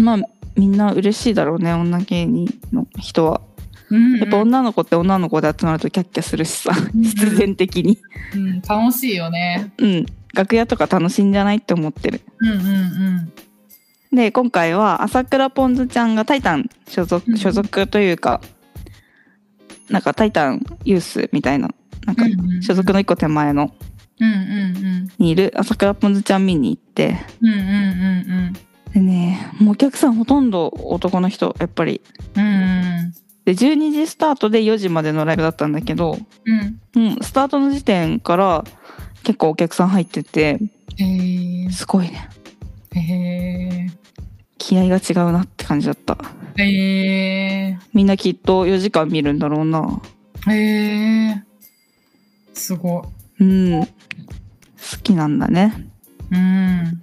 まあみんな嬉しいだろうね女芸人の人は。
うんうん
やっぱ女の子って女の子で集まるとキャッキャするしさ
うん
必然的に
うん楽しいよね
うん楽屋とか楽しいんじゃないって思ってる
うんうんうん
で今回は朝倉ポンズちゃんが「タイタン」所
うん
属所属というかなんか「タイタンユース」みたいななんか
うんうん
所属の一個手前の
うんうんうん
にいる朝倉ポンズちゃん見に行って
うんうんうんうん
でねもうお客さんほとんど男の人やっぱり
うん
で12時スタートで4時までのライブだったんだけど、
うん
うん、スタートの時点から結構お客さん入ってて
へえ
すごいね
へ
気合が違うなって感じだった
えへえ
みんなきっと4時間見るんだろうな
へえすご
うん。好きなんだね。
うん。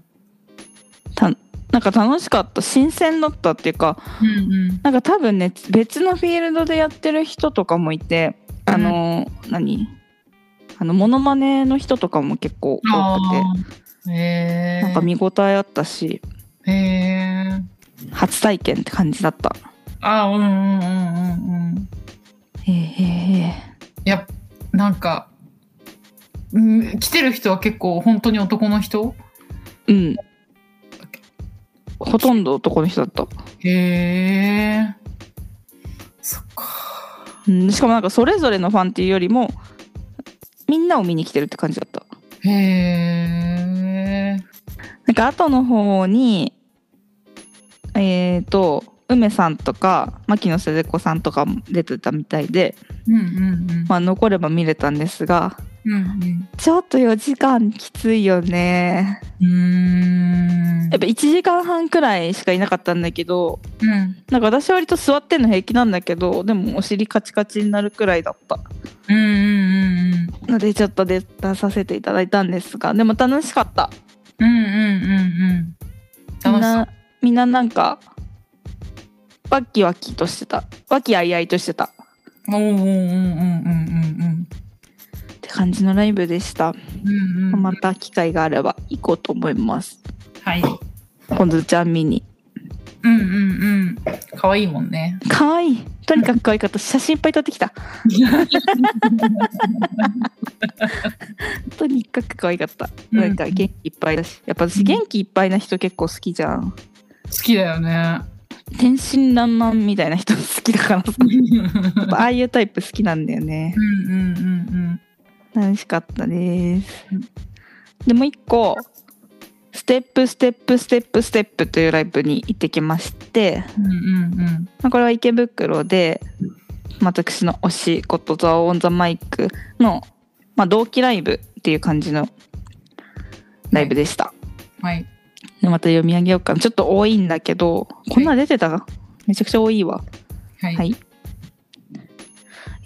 たなんか楽しかった新鮮だったっていうか
うんうん。
なんか多分ね別のフィールドでやってる人とかもいてあの、何あのモノマネの人とかも結構
あ
多く
ー
て
へえ。
なんか見応えあったし
へえ。
初体験って感じだった。
あーうんうんうんうんうん。
へえ
いやなんか、うん、来てる人は結構本当に男の人
うん。ほとんど男の人だった。
へえ。そっか。
うん、しかもなんかそれぞれのファンっていうよりもみんなを見に来てるって感じだった。
へえ。
なんか後の方にえっ、と梅さんとか牧野鈴子さんとかも出てたみたいで、
うんうんうん。
まあ、残れば見れたんですが
うん
ちょっと4時間きついよね
うん。うーん。
やっぱ1時間半くらいしかいなかったんだけど
うん。
なんか私割と座ってんの平気なんだけどでもお尻カチカチになるくらいだった
うんうんうんうん。
のでちょっと出出させていただいたんですがでも楽しかった
うんうんうんうん。
みん
楽しそう。
なみんななんかワッキワキとしてたワキあいあいとしてた
おうんうんうんうん
って感じのライブでした、
うんうんうんうん。
また機会があれば行こうと思います
はい。
ポンズちゃん見に
うんうんうん。可愛いもん
[LAUGHS]
ね。
かわいいとにかくかわいかった写真いっぱい撮ってきたとにかくかわいかった、
うん
なんか元気いっぱいだしやっぱ私元気いっぱいな人結構好きじゃん
好きだよね。
天真爛漫みたいな人好きだからさ
うんうん
やっぱああいうタイプ好きなんだよね
うんうん
楽しかったです
うん
でもう一個ステップステップステップステップというライブに行ってきまして
うんうんうん
まあこれは池袋でまあ私の推し「ゴッド・ザ・オン・ザ・マイクの」まあ、同期ライブっていう感じのライブでした、
はい。
でまた読み上げようかなちょっと多いんだけどこんな出てためちゃくちゃ多いわ
はい。
はい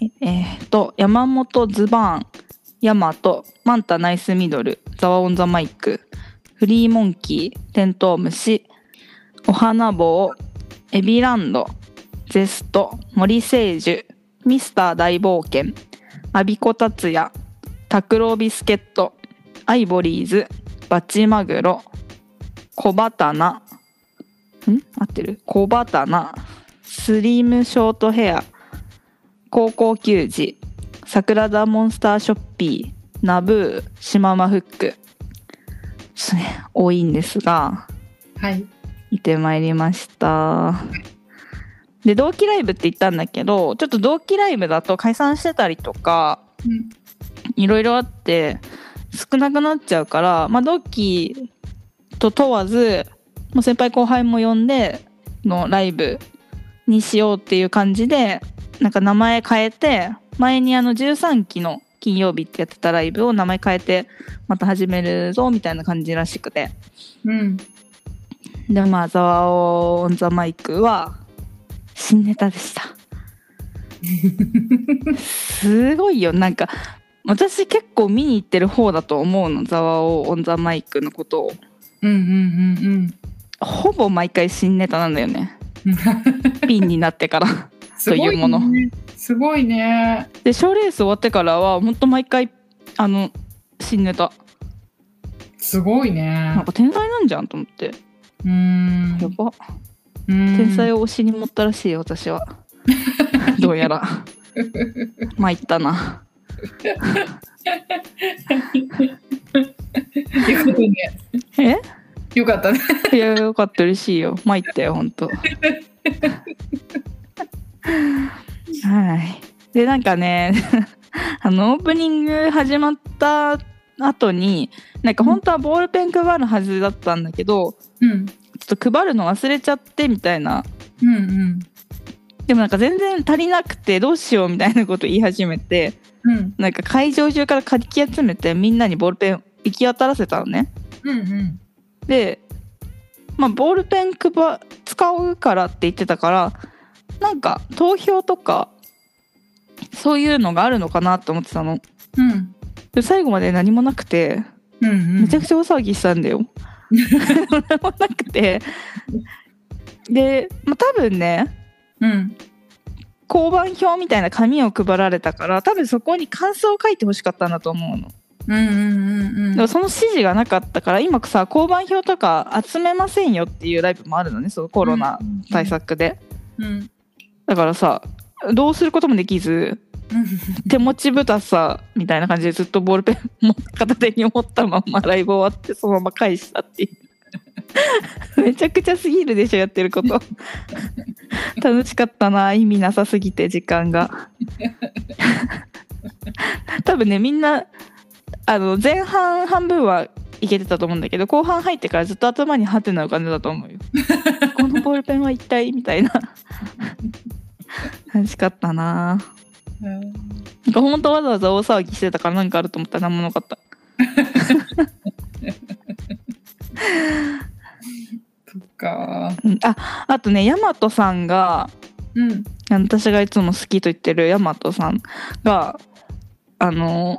ええーっと山本ズバーンヤマトマンタナイスミドルザワオンザマイクフリーモンキーテントウムシお花棒エビランドゼスト森聖樹ミスター大冒険アビコタツヤタクロビスケットアイボリーズバチマグロ小バタナん合ってる小バタナスリムショートヘア高校球児桜田モンスターショッピーナブーシママフックちょっとね多いんですが
はい。
行ってまいりましたで同期ライブって言ったんだけどちょっと同期ライブだと解散してたりとか
うん
いろいろあって少なくなっちゃうから、まあ、同期と問わずもう先輩後輩も呼んでのライブにしようっていう感じでなんか名前変えて前にあの13期の金曜日ってやってたライブを名前変えてまた始めるぞみたいな感じらしくて
うん。
でまあ「ザワオオン・ザ・マイク」は新ネタで [LAUGHS] した。すごいよなんか私結構見に行ってる方だと思うのざわおオン・ザ・マイクのことを
うんうんうん
ほぼ毎回新ネタなんだよね
うん。
[LAUGHS] ピンになってから [LAUGHS]
すご
というもの
ね。すごいね。
で賞ーレース終わってからはほんと毎回あの新ネタ
すごいね
なん。か天才なんじゃんと思って
うーん。
やば
天
天才を推しに持ったらしいよ私は [LAUGHS] どうやら参ったな
よかったね。
え
よかったね。
いやよかった嬉しいよ参ったよほんとはいでなんかね [LAUGHS] あのオープニング始まった後になんか本当はボールペン配るはずだったんだけど
うん。
ちょっと配るの忘れちゃってみたいな
うんうん。
でもなんか全然足りなくてどうしようみたいなこと言い始めて
うん
なんか会場中からかき集めてみんなにボールペン行き当たらせたのね
うんうん。
で、まあ、ボールペン配使うからって言ってたからなんか投票とかそういうのがあるのかなと思ってたの
うん。
で最後まで何もなくて
うんうん
めちゃくちゃ大騒ぎしたんだよ。何もなくてで、まあ、多分ね
うん
交番表みたいな紙を配られたから多分そこに感想を書いてほしかったんだと思うの。
うんうんうんうん
でもその指示がなかったから今さ交番表とか集めませんよっていうライブもあるのねそのコロナ対策で、
うん
だからさどうすることもできず
うん
手持ち豚さみたいな感じでずっとボールペンも片手に持ったままライブ終わってそのまま返したっていうめちゃくちゃすぎるでしょやってること楽しかったな意味なさすぎて時間が多分ねみんなあの前半半分はいけてたと思うんだけど後半入ってからずっと頭にハテナ浮かんでたと思うよこのボールペンは一体みたいな楽しかったな
うん
なんか本当わざわざ大騒ぎしてたから何かあると思ったら何もなかった。
そっか
うんああとねヤマトさんが
うん
あの私がいつも好きと言ってるヤマトさんがあの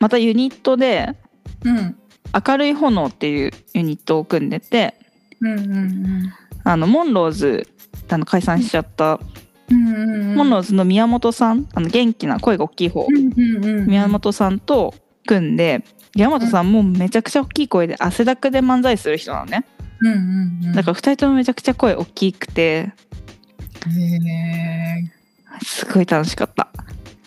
またユニットで
うん
「明るい炎」っていうユニットを組んでて
うんうん
あのモンローズあの解散しちゃった、
うんうんうん
モンローズの宮本さんあの元気な声が大きい方、
うんうんうん
宮本さんと組んでヤマトさんもめちゃくちゃ大きい声で汗だくで漫才する人なのね。
うんうんうん
だから2人ともめちゃくちゃ声大きくて
へ
すごい楽しかった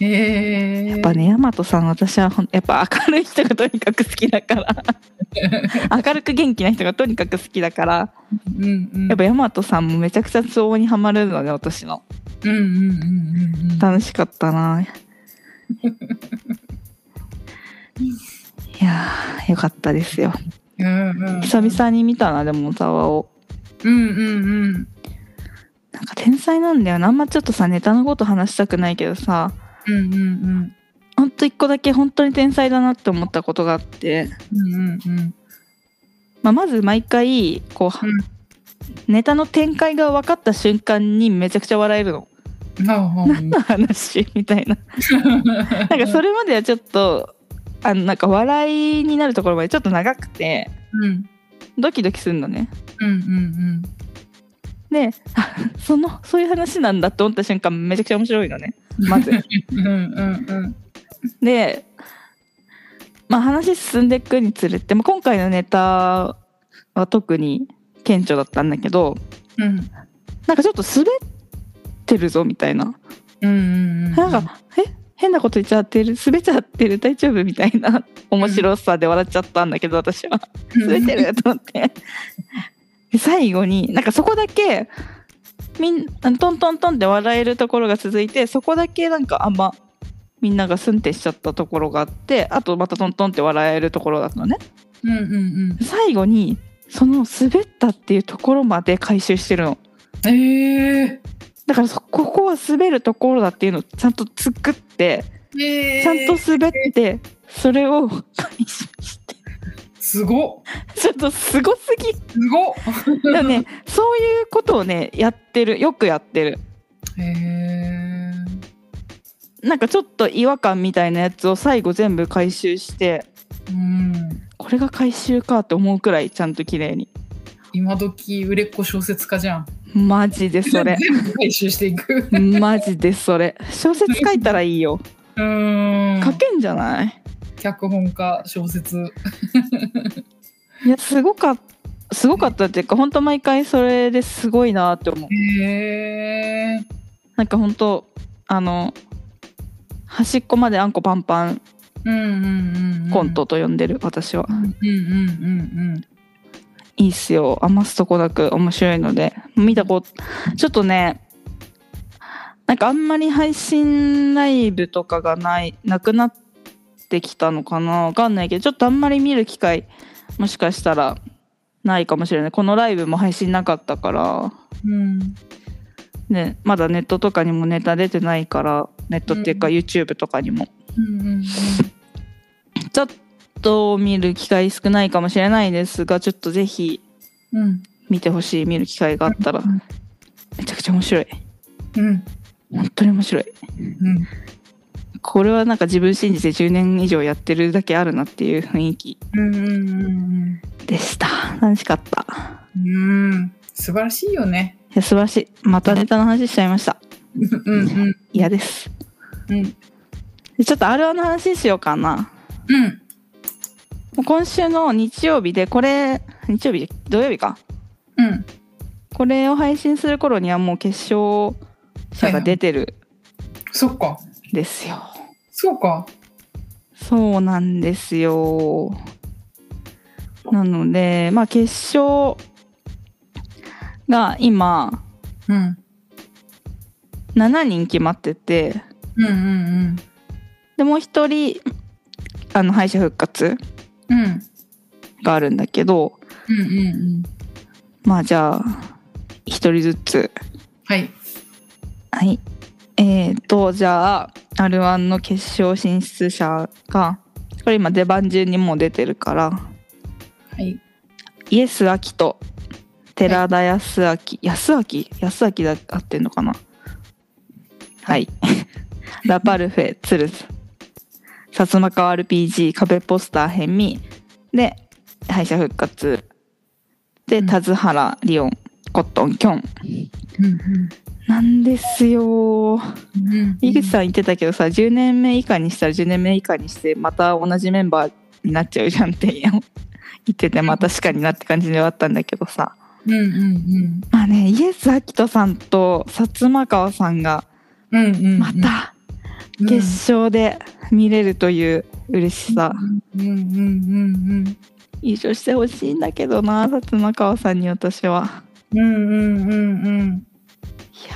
えへえ
やっぱね大和さん私はほんやっぱ明るい人がとにかく好きだから
[LAUGHS]
明るく元気な人がとにかく好きだから
うんうん
やっぱ大和さんもめちゃくちゃツボにはまるのね私の
うんうんうんうんうん
楽しかったないやーよかったですよ
うんうん
久々に見たなでもざわを
うんうんうん
なんか天才なんだよなあんまちょっとさネタのこと話したくないけどさ
うんうん
ほんと一個だけ本当に天才だなって思ったことがあって、
うんうんうん
まあ、まず毎回こう、
うん
ネタの展開が分かった瞬間にめちゃくちゃ笑えるの。 [LAUGHS]
うんなあほん
何の話みたいな。なんかそれまではちょっとあのなんか笑いになるところまでちょっと長くて
うん
ドキドキするのね。
うんうん
で [LAUGHS] あそのそういう話なんだって思った瞬間めちゃくちゃ面白いのねま [LAUGHS] ず。
うんうんうんうん
で、まあ、話進んでいくにつれて、まあ、今回のネタは特に顕著だったんだけど
うん
なんかちょっと滑ってるぞみたいな。
うんうん
なんか、え変なこと言っちゃってる滑っちゃってる大丈夫みたいな面白さで笑っちゃったんだけど私は滑ってると思ってで最後になんかそこだけみんあのトントントンって笑えるところが続いてそこだけなんかあんまみんながスンってしちゃったところがあってあとまたトントンって笑えるところだったのね
うんうんうん
最後にその滑ったっていうところまで回収してるの
え
だからそここは滑るところだっていうのをちゃんと作って
ーえー
ちゃんと滑って、それを回収して。 [LAUGHS]
すごっ
ちょっとすごすぎ。
すごっ
だからね、そういうことをね、やってる。よくやってる。
へえ
なんかちょっと違和感みたいなやつを最後全部回収して、
うん
これが回収かって思うくらいちゃんと綺麗に。
今時売れっ子小説家じゃん。
マジでそれ
全部回収していく
マジでそれ。小説書いたらいいよ。
うー
書
ん
けんじゃない
脚本家小説
いや、すごかった。すごかったっていうか、本当毎回それですごいなって思う。
へえ
なんか本当あの、端っこまであんこパンパン
うんうんうんうん
コントと呼んでる、私は
うんうんうん
いいっすよ余すとこなく面白いので見たことちょっとねなんかあんまり配信ライブとかがないなくなってきたのかなわかんないけどちょっとあんまり見る機会もしかしたらないかもしれないこのライブも配信なかったから、
うんうん
ね、まだネットとかにもネタ出てないからネットっていうか
う
YouTube とかにも
うんうんうん
ちょっと見る機会少ないかもしれないですがちょっとぜひ
うん
見てほしい見る機会があったら
うん
めちゃくちゃ面白い
うん
本当に面白い
うん
これはなんか自分信じて10年以上やってるだけあるなっていう雰囲気
うんうんうん
でした楽しかった
うんうん素晴らしいよね
いや素晴らしいまたネタの話しちゃいました
うんうんうん
嫌です
うん
でちょっと R1 の話しようかな
うん
もう今週の日曜日でこれ日曜日土曜日か
うん
これを配信する頃にはもう決勝者が出てる
そっか
んですよ、
そうか
そうなんですよなのでまあ決勝が今
うん
7人決まってて
うんうん
でもう一人あの敗者復活
うんうん
があるんだけど
うんうんうん
まあじゃあ一人ずつ
はい
はいえー、とじゃあ r 1の決勝進出者がこれ今出番順にもう出てるから
はい
イエス・アキと寺田康明康明康明だ合ってんのかなはい
[LAUGHS]
ラパルフェツルズ薩摩川 RPG 壁ポスター編みで敗者復活で
うん
田津原リオンコットンキョン
うん
なんですよ
うんうん
井口さん言ってたけどさ10年目以下にしたら10年目以下にしてまた同じメンバーになっちゃうじゃんって言っててまたしかになって感じではあったんだけどさ
うんうん
まあね、イエス・アキトさんと薩摩川さんが
うんうんうん
また決勝で見れるという嬉しさ、
うんうんうん
優勝してほしいんだけどな薩摩川さんに私は。
うんうんうんうんうん
いや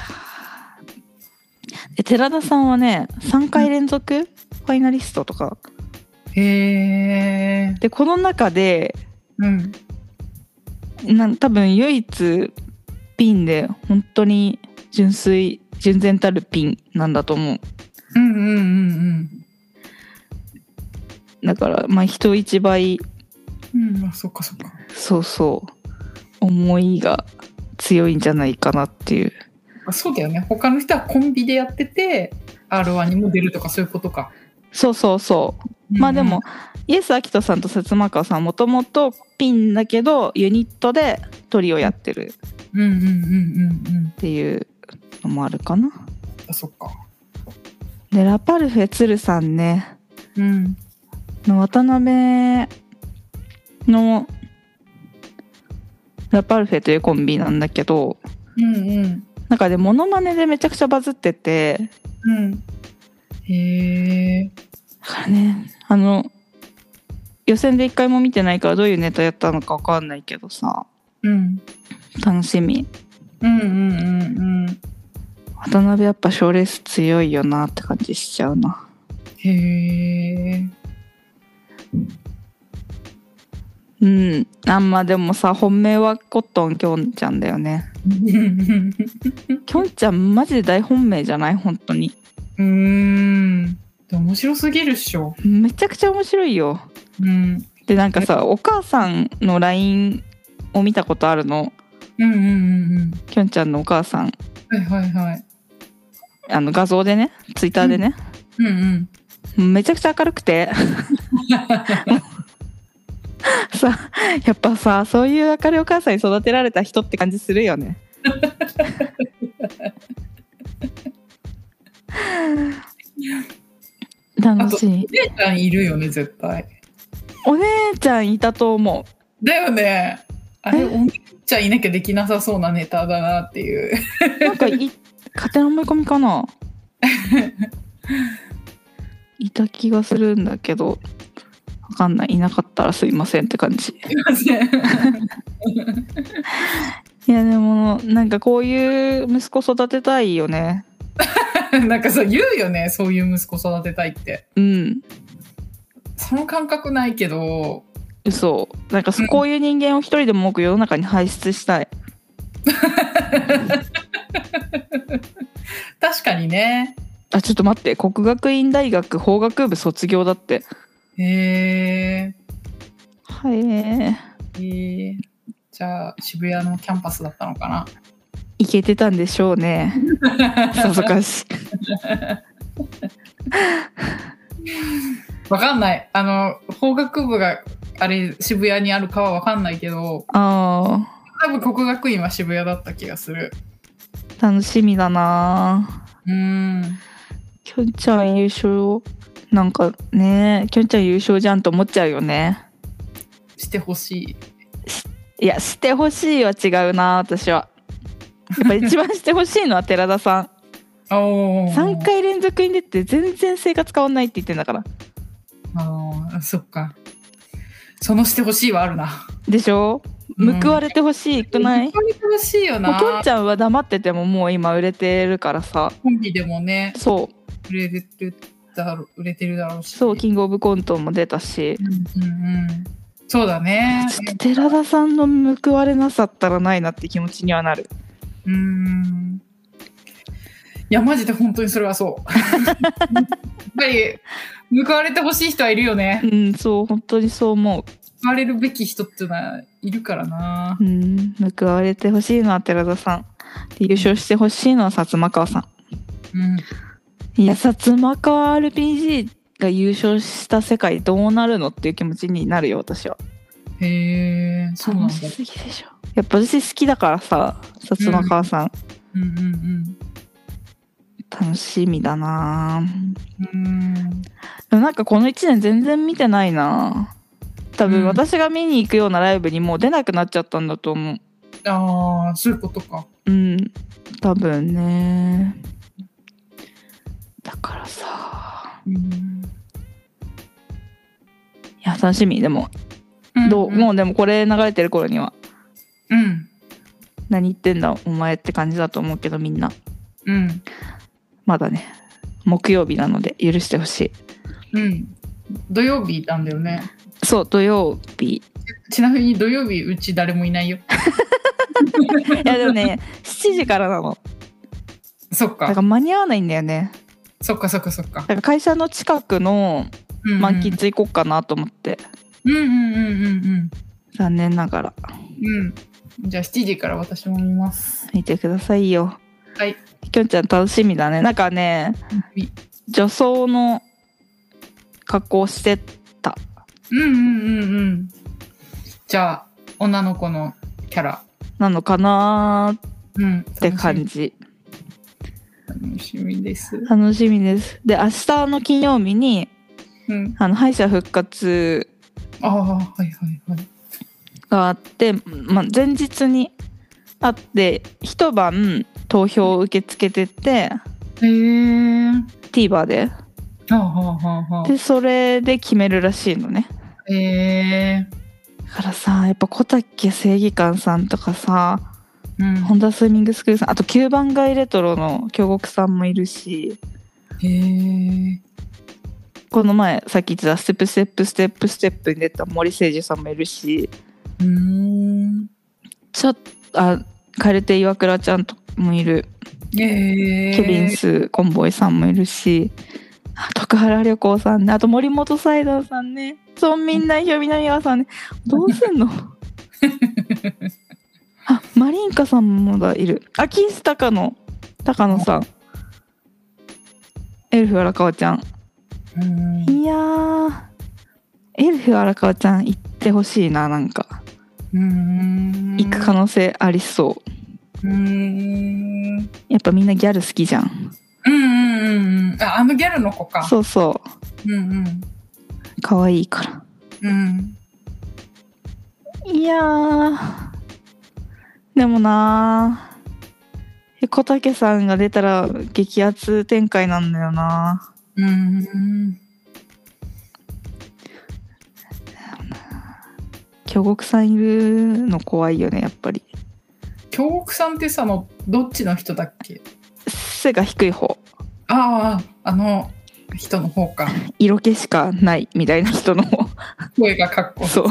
ーで寺田さんはね3回連続、ファイナリストとか
へえ
でこの中で
うん
なん多分唯一ピンで本当に純粋純然たるピンなんだと思う
うんうんうん
だからまあ人一倍
うんうんあそっかそっか
そうそう思いが強いんじゃないかなっていう
あそうだよね他の人はコンビでやってて R1 にも出るとかそういうことか、
そうそうそう、まあでもイエス・アキトさんと薩摩川さんもともとピンだけどユニットでトリをやってるっ
うんうんうんうんうん
ていうのもあるかな
あそっか
でラパルフェ鶴さんね
うん
の渡辺のラパルフェというコンビなんだけど
うんうん
なんかでモノマネでめちゃくちゃバズってて
うんへえ
だからねあの予選で一回も見てないからどういうネタやったのかわかんないけどさ
うん
楽しみ
うんうんうんうん
渡辺やっぱ賞レース強いよなって感じしちゃうな
へえ
うんあんまでもさ本命はコットンきょんちゃんだよねきょんちゃんマジで大本命じゃない本当に
うーん面白すぎるっしょ
めちゃくちゃ面白いよ
うん
でなんかさお母さんの LINE を見たことあるの
うんうんうんうん
きょんちゃんのお母さん
はいはいはい
あの画像でねツイッターでね、
うんうん
めちゃくちゃ明るくて [LAUGHS] さやっぱさそういう明るいお母さんに育てられた人って感じするよね楽しい
お姉ちゃんいるよね絶対
お姉ちゃんいたと思う
だよねあれ
え
お姉ちゃんいなきゃできなさそうなネタだなっていう [LAUGHS]
なんかい勝手な思い込みかないた気がするんだけどわかんないいなかったらすいませんって感じいやでもなんかこういう息子育てたいよね
なんかさ言うよねそういう息子育てたいって
うん
その感覚ないけど
嘘なんかそ
うん
こういう人間を一人でも多く世の中に輩出したい
確かにね
あちょっと待って国学院大学法学部卒業だって
へえ
はいえ
へえじゃあ渋谷のキャンパスだったのかな
[LAUGHS]
い
けてたんでしょうねさぞかし
わかんない。あの、法学部があれ、渋谷にあるかはわかんないけど、
あ
多分国学院は渋谷だった気がする。
ー楽しみだな
うーん。
きょんちゃん優勝なんかねきょんちゃん優勝じゃんと思っちゃうよね
してほしい。
いやしてほしいは違うな私はやっぱ一番してほしいのは寺田さん
おー
3回連続に出て全然生活変わんないって言ってんだから
あーそっか。そのしてほしいはあるな。
でしょ
うん
報われてほしくない、
本当に楽しいよ
もう
な。
きょんちゃんは黙っててももう今売れてるからさ
コンビでもね、
そう
売れてるだろ売れてるだろうし。
そうキングオブコントも出たし
うんうんうん。そうだね。
ちょっと寺田さんの報われなさったらないなって気持ちにはなる
うーん。いや、マジで本当にそれはそう。
[LAUGHS]
やっぱり、報われてほしい人はいるよね
う。んそう本当にそう思
報われるべき人っていうのはいるからな
う。うん報われてほしいのは寺田さんで優勝してほしいのは薩摩川さ
うん。
んいや薩摩川 RPG が優勝した世界どうなるのっていう気持ちになるよ私は
へえ、そうなん
楽し
だ。
すぎでしょやっぱ私好きだからさ薩摩川さん、
うんうん
楽しみだな
うん。うん。
でもなんかこの1年全然見てないな多
う
分
ん
私が見に行くようなライブにもう出なくなっちゃったんだと思う
ああ、そういうことか。
うん多分ねだからさ
うん
いや楽しみでもどう、もうでもこれ流れてる頃には
うん。
何言ってんだお前って感じだと思うけどみんな
うん。
まだね木曜日なので許してほし
うん。土曜日なんだよね。
いそう土曜日
ちなみに土曜日うち誰もいないよ。
[LAUGHS] いやでもね7時からなの
[LAUGHS] そっ
だか。
から
間に合わないんだよね
そっかそっかそっか
だ。から会社の近くの
うんうん
満喫行こうかなと思って、
うんうんうんうんうん。
残念ながら
うん。じゃあ7時から私も見ます。
見てくださいよ
はい
きょんちゃん楽しみだねなんかね
み
女装の格好して
うんうんうんうん。じゃあ、女の子のキャラ。
なのかなーっ
うん。って
感じ
楽しみです。
楽しみですで明日の金曜日に
うん。
あの敗者復活
ああ、はいはいはい。
があって、まあ、前日にあって一晩投票を受け付けてて
へえ。
TVer で
はあはあはあは
でそれで決めるらしいのね
あ。へえ。
だからさやっぱ小竹正義感さんとかさ
うん。
ホンダスイミングスクールさんあと9番街レトロの京極さんもいるし
へえ。
この前さっき言ってた「ステップステップステップステップ」に出た森誠司さんもいるし
うーん。
ちょっとあ蛙亭イワクラちゃんともいる
へえ。
ケビンスコンボイさんもいるしあ徳原旅行さんねあと森本サイダーさんね村民代表南川さんねどうすん
[LAUGHS]
のあマリンカさんもまだいるあキンス高野高野さんエルフ荒川ちゃん
うん。
いやーエルフ荒川ちゃん行ってほしいななんか
うん。
行く可能性ありそう
うーん。うん
やっぱみんなギャル好きじゃん
うんうんうん。あ、あのギャルの子か。。
そうそう
うんうん。
う可愛いから
うん。
いやーでもなー小竹さんが出たら激アツ展開なんだよな
うん。
京極さんいるの怖いよねやっぱり
京極さんってさあのどっちの人だっけ
背が低い方
あああの人の方か
色気しかないみたいな人の方
声がかっこ
そう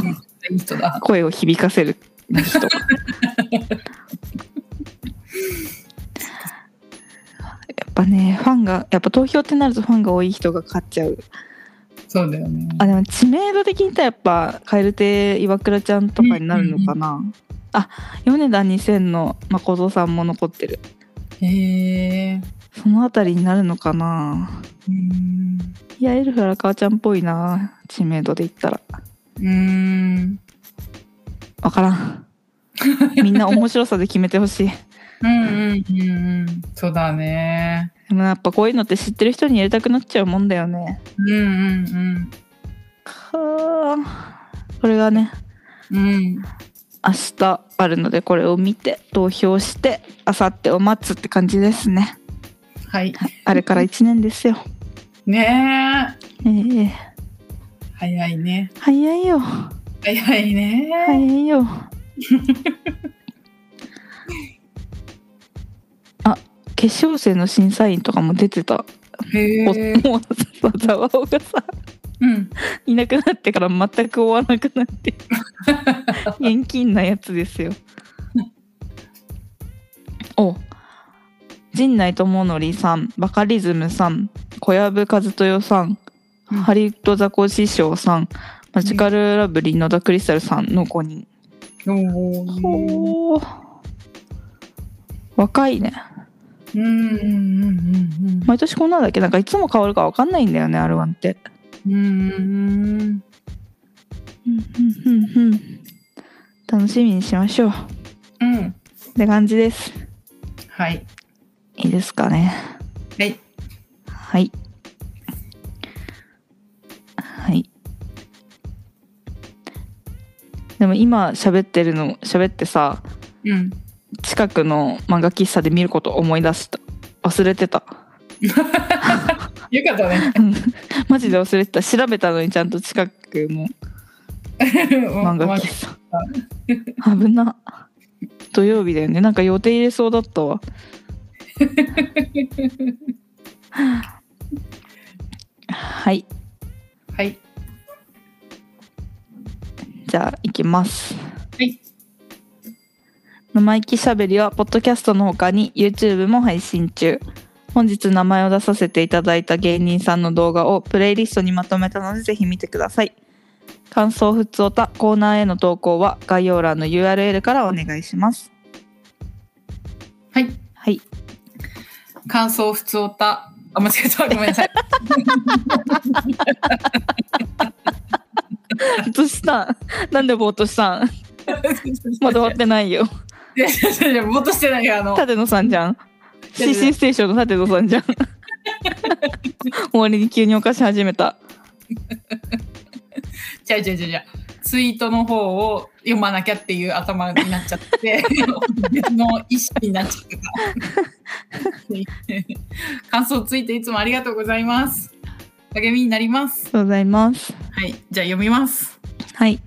いい人だ
声を響かせる人やっぱねファンがやっぱ投票ってなるとファンが多い人が勝っちゃう
そうだよね
あでも知名度的に言ったらやっぱ蛙亭イワクラちゃんとかになるのかな、あ米田2000の誠さんも残ってる
へえ
そのあたりになるのかな
うーん
いやエルフ荒川ちゃんっぽいな知名度で言ったら
うーん
わから [LAUGHS] んみんな面白さで決めてほしい
うんうんうんうんそうだね
でもやっぱこういうのって知ってる人にやりたくなっちゃうもんだよね
うんうん
はあこれがね
うんうん
明日あるのでこれを見て投票して明後日を待つって感じですね
はい
あれから1年ですよ
ねえ
ええ
早いね
早いよ
早いね、
早いよあ決勝戦の審査員とかも出てた、
へえ
おもうさざわおがさ
うん
いなくなってから全く終わらなくなって [LAUGHS] 現金なやつですよお陣内智則さんバカリズムさん小籔和豊さん、
うん
ハリウッドザコシショウさんマジカルラブリー野田クリスタルさんの5人、
おー
ほー若いね
うんうんうんうん
毎年こんなんだっけなんかいつも変わるかわかんないんだよね R1 って
うんうんうん
うんうんうんうん楽しみにしましょう
うん
って感じです
はい
いいですかね
はい
はいはいでも今喋ってるの喋ってさ
うん
近くの漫画喫茶で見ること思い出した忘れてた
よかったね
マジで忘れてた調べたのにちゃんと近くの漫
漫
画喫茶危な土曜日だよねなんか予定入れそうだったわはい
はい
じゃあ行きます。
はい。
生意気しゃべりはポッドキャストの他に YouTube も配信中。本日名前を出させていただいた芸人さんの動画をプレイリストにまとめたのでぜひ見てください。感想ふつおたコーナーへの投稿は概要欄の URL からお願いします。
はい
はい。
感想ふつおたあ間違えたごめんなさい
どうしたん [LAUGHS] なんでぼーっとしたんまだ終わってないよ。
い [LAUGHS] やいやいやぼーっとしてないよあの
舘野さんじゃん。
やいや
CC ステーションの舘野さんじ
[LAUGHS]
ゃん。終わりに急におかし始めた。
じゃじゃじゃじゃツイートの方を読まなきゃっていう頭になっちゃって別の意識になっちゃってた [LAUGHS] 感想ついていつもありがとうございます励みになりま
あり
す
がとうございます。
はいじゃあ読みます
はい。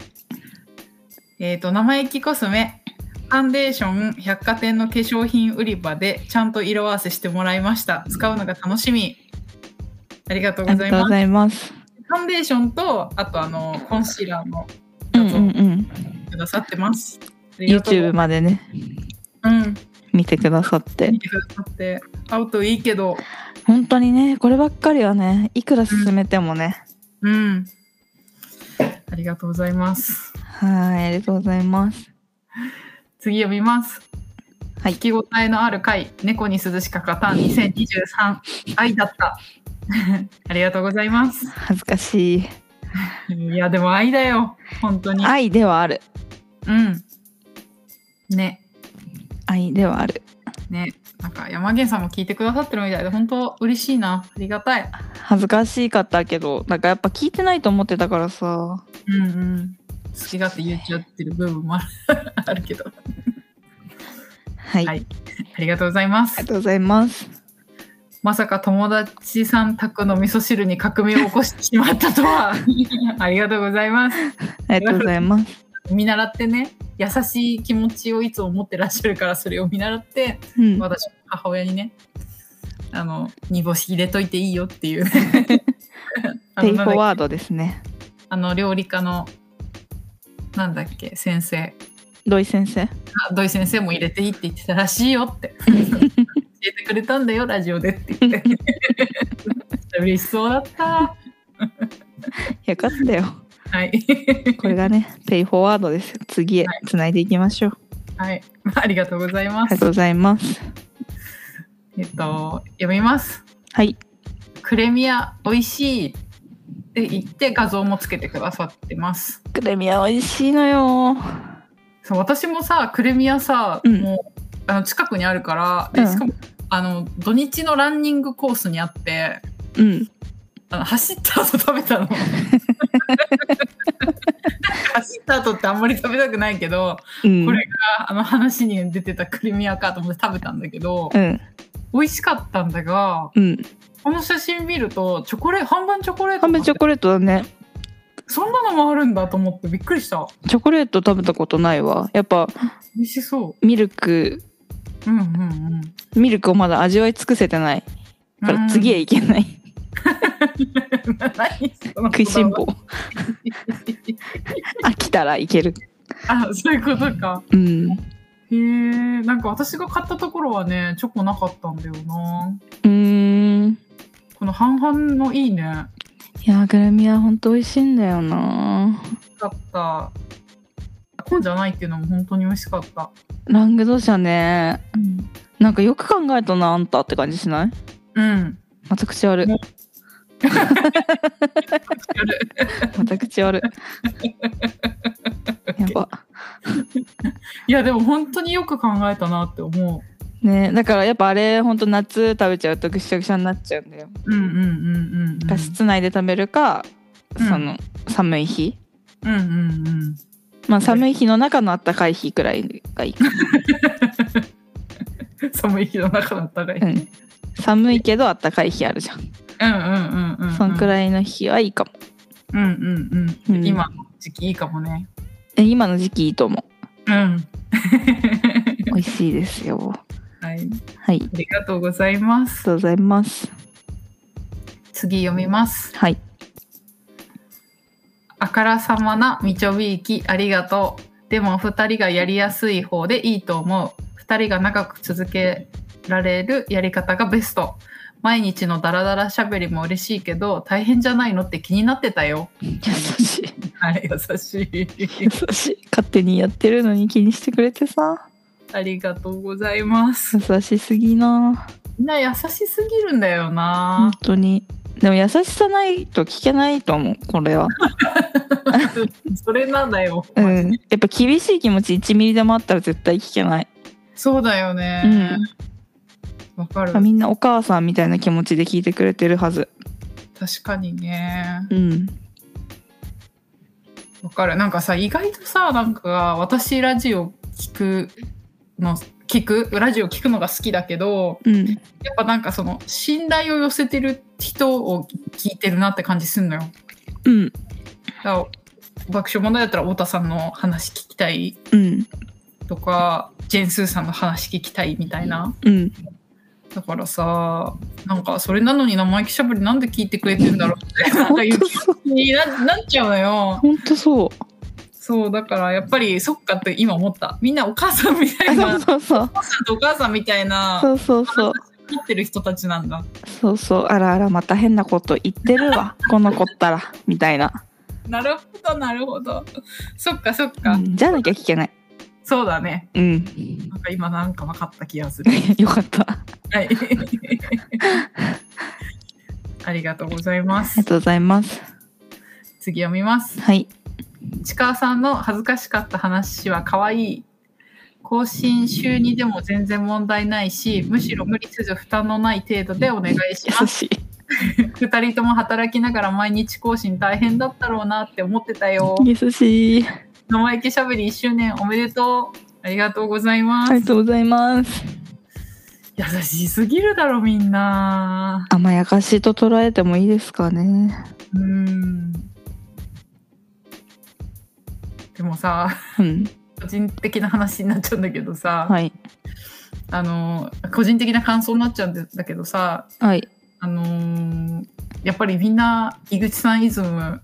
えー、と生意気コスメファンデーション百貨店の化粧品売り場でちゃんと色合わせしてもらいました使うのが楽しみありがとう
あ
ご
り
ざ
が
い
とう
ま
ご
す
ざいます。
ファンデーションとあとあのコンシーラーも
うんう
画像
んうん。
くださってます、ありがとう
YouTube までね、
うん
見てくださって
見。てくださって会うといいけど
本当にね、こればっかりはね、いくら進めてもね。
うんありがとうございます
はい、ありがとうございます。
次読みます。
はい
聞き応えのある回、猫に涼しかかたん2023愛だった。 [LAUGHS] ありがとうございます。
恥ずかしい。
いや、でも愛だよ。本当に。
愛ではある。
うん。ね、
愛ではある。
ね。なんか山源さんも聞いてくださってるみたいで、本当嬉しいな。ありがたい。
恥ずかしかったけど、なんかやっぱ聞いてないと思ってたからさ。
うんうん。好き勝手言っちゃってる部分もある [LAUGHS] あるけど。
はい。
はいありがとうございま
あり
す
が。とうございます。
まさか友達さん宅の味噌汁に革命を起こしてしまったと
[LAUGHS]
は。ありがとうございます。
ありがとうございます。
[LAUGHS] 見習ってね優しい気持ちをいつも持ってらっしゃるからそれを見習って、
うん。
私の母親にねあの煮干し入れといていいよって
[LAUGHS]
いうあ
テイフ
のなんだ
ォ
っけ
ワードですね。
あの料理家のなんだっけ先生
土井先生。
あ土井先生も入れていいって言ってたらしいよ
[LAUGHS]
って教えてくれたんだよラジオでって言って嬉しそうだった
よかったよ。
[LAUGHS] はい、
これがね、ペイフォワードです。次へつないでいきましょう。
はい、ありがとうござい
あ
ま
りが
す
とうございます。
えっと、読みます。
はい。
クレミア美味しいって言って画像もつけてくださってます。
クレミア美味しいのよ。
そう私もさクレミアさ、
うん
もうあの近くにあるから、で
うん
しかもあの土日のランニングコースにあって
うん。
あの走った後食
[LAUGHS]
べたの。なんか走った後ってあんまり食べたくないけど
うん。
これああの話に出てたクレミアかと思って食べたんだけど、
うん。
美味しかったんだが
うん。
この写真見るとチョコレート半分チョコレート
半分チョコレートだね。
そんなのもあるんだと思ってびっくりした。
チョコレート食べたことないわ。やっぱ
美味しそ
ミルク、
う。うんうんうん。
ミルクをまだ味わい尽くせてない。だか
う
ら
ん
次へ行けない。
[LAUGHS] 何その
食いし [LAUGHS] ん坊。
言
飽きたらいける。
葉 [LAUGHS] あ、そういうことか。
うん。う
へえ、なんか私が買ったところはね、チョコなかったんだよな。
ーん。
この半々のいいね。だ
いやー、グルミは本当美味しいんだよな。
った。本じゃないっていうのも本当に美味しかった。
ラングドシャね。なんかよく考えたな、あんたって感じしない
うん。
また口悪い。 [LAUGHS] また口悪
[LAUGHS]
い。やば。
いや、でも本当によく考えたなって思
ねだからやっぱあれほんと夏食べちゃうとぐしゃぐしゃになっちゃうんだよ。
う。うんうんうんうん、うん。
だから室内で食べるか、
うん
その寒い日。
うんうんうん。
まあ寒い日の中のあったかい日くらいがいいか。
寒い日の中だったらいい。
う
[LAUGHS] うんうん
ん、寒いけどあったかい日あるじゃん。
うんうん、うん。
そんく
い。
らいの日はいいかも。
うんうんう
うん
ん。今の時期いいかもね。
え今の時期いいと思
[LAUGHS]
う。
うん。
美味しいですよ。
は
は
い、
い。あり
ありがとうございます
が。とうございます。
次読みます。
はい。
あからさまなみちょびいきありがとう。でも二人がやりやすい方でいいと思う。二人が長く続けられるやり方がベスト。毎日のダラダラしゃべりも嬉しいけど大変じゃないのって気になってたよ。
優しい。
はい、優しい
優。しい。勝手にやってるのに気にしてくれてさ。
[LAUGHS] ありがとうございます。
優しすぎな。
みんな優しすぎるんだよ
本
な。
当に。でも優しさないと聞けないと思う。これは。
[LAUGHS] それなんだよ。
うん、やっぱ厳しい気持ち1ミリでもあったら絶対聞けない、
そうだよね。わ、かる。
みんなお母さんみたいな気持ちで聞いてくれてるはず
確かにね。
うん
わかる。なんかさ、意外とさ、なんか、私ラジオ聞くの、聞く、ラジオ聞くのが好きだけど、
うん
やっぱなんかその、信頼を寄せてる人を聞いてるなって感じすんのよ。
うん
だから爆笑問題だったら、太田さんの話聞きたい
うん
とか、ジェンスーさんの話聞きたいみたいな。
うん
だからさ、なんか、それなのに生意気しゃべりなんで聞いてくれてんだろ
[LAUGHS]
うって、なんか
本
言う
当そう
気にななっちゃうのよ。
本当そ
そう、だからやっぱりそっかって今思った。みんなお母さんみた
う
い
そ
な、
うそうそう
お父さんとお母さんみたいな、
そうそうそう
持ってる人たちなんだ。
そうそうあらあらまた変なこと言ってるわこの子ったらみたいな、
なるほど、なるほど。そっか、そっ
う
か。
ん、じゃなきゃ聞けない
そうだね。
うん [LAUGHS]
なんか今なんか分かった気がする。
よかったあ
はい。 [LAUGHS] ありがとうござい
り
ま
が
す。
とうございます
次読みます。
はい
ちかわさんの恥ずかしかった話は可愛い。更新週にでも全然問題ないし、むしろ無理せず負担のない程度でお願いします
優。 [LAUGHS] しい
2人とも働きながら毎日更新大変だったろうなって思ってたよ。
優しい
生意気しゃべり1周年おめでとう。ありがとうございま
あ
す。
りがとうございます
優しすぎるだろみんな。
甘やかしと捉えてもいいですかね
うーん。でもさ、
うん
個人的な話になっちゃうんだけどさ、
はい
あの個人的な感想になっちゃうんだけどさ、
はい
あのーやっぱりみんな井口さんイズム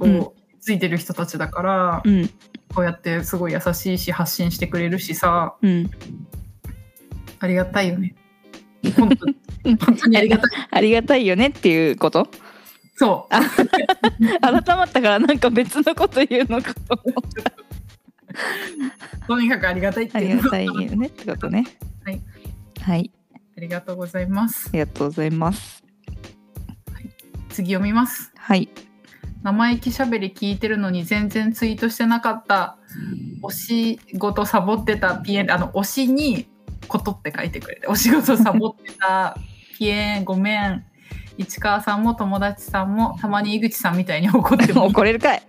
うん
をついてる人たちだから、
うん
こうやってすごい優しいし発信してくれるしさ
うん
ありがたいよね
[LAUGHS]
本当に本当にありがたい
ありがたいよねっていうこと
そ
改まったからなんか別のこと言うのかと思う
うとにかくありがたいって
あ
い
り
う
が
の
たいよねってことね
はい
はい
ありがとうございます。
りがとうございます。
次読みます。
はい。
生意気しゃべり聞いてるのに全然ツイートしてなかったお仕事サボってたピエンあの推しにことって書いてくれてお仕事サボって
[LAUGHS]
たピエンごめん市川さんも友達さんもたまに井口さんみたいに怒って
[LAUGHS]
も
怒れるかい。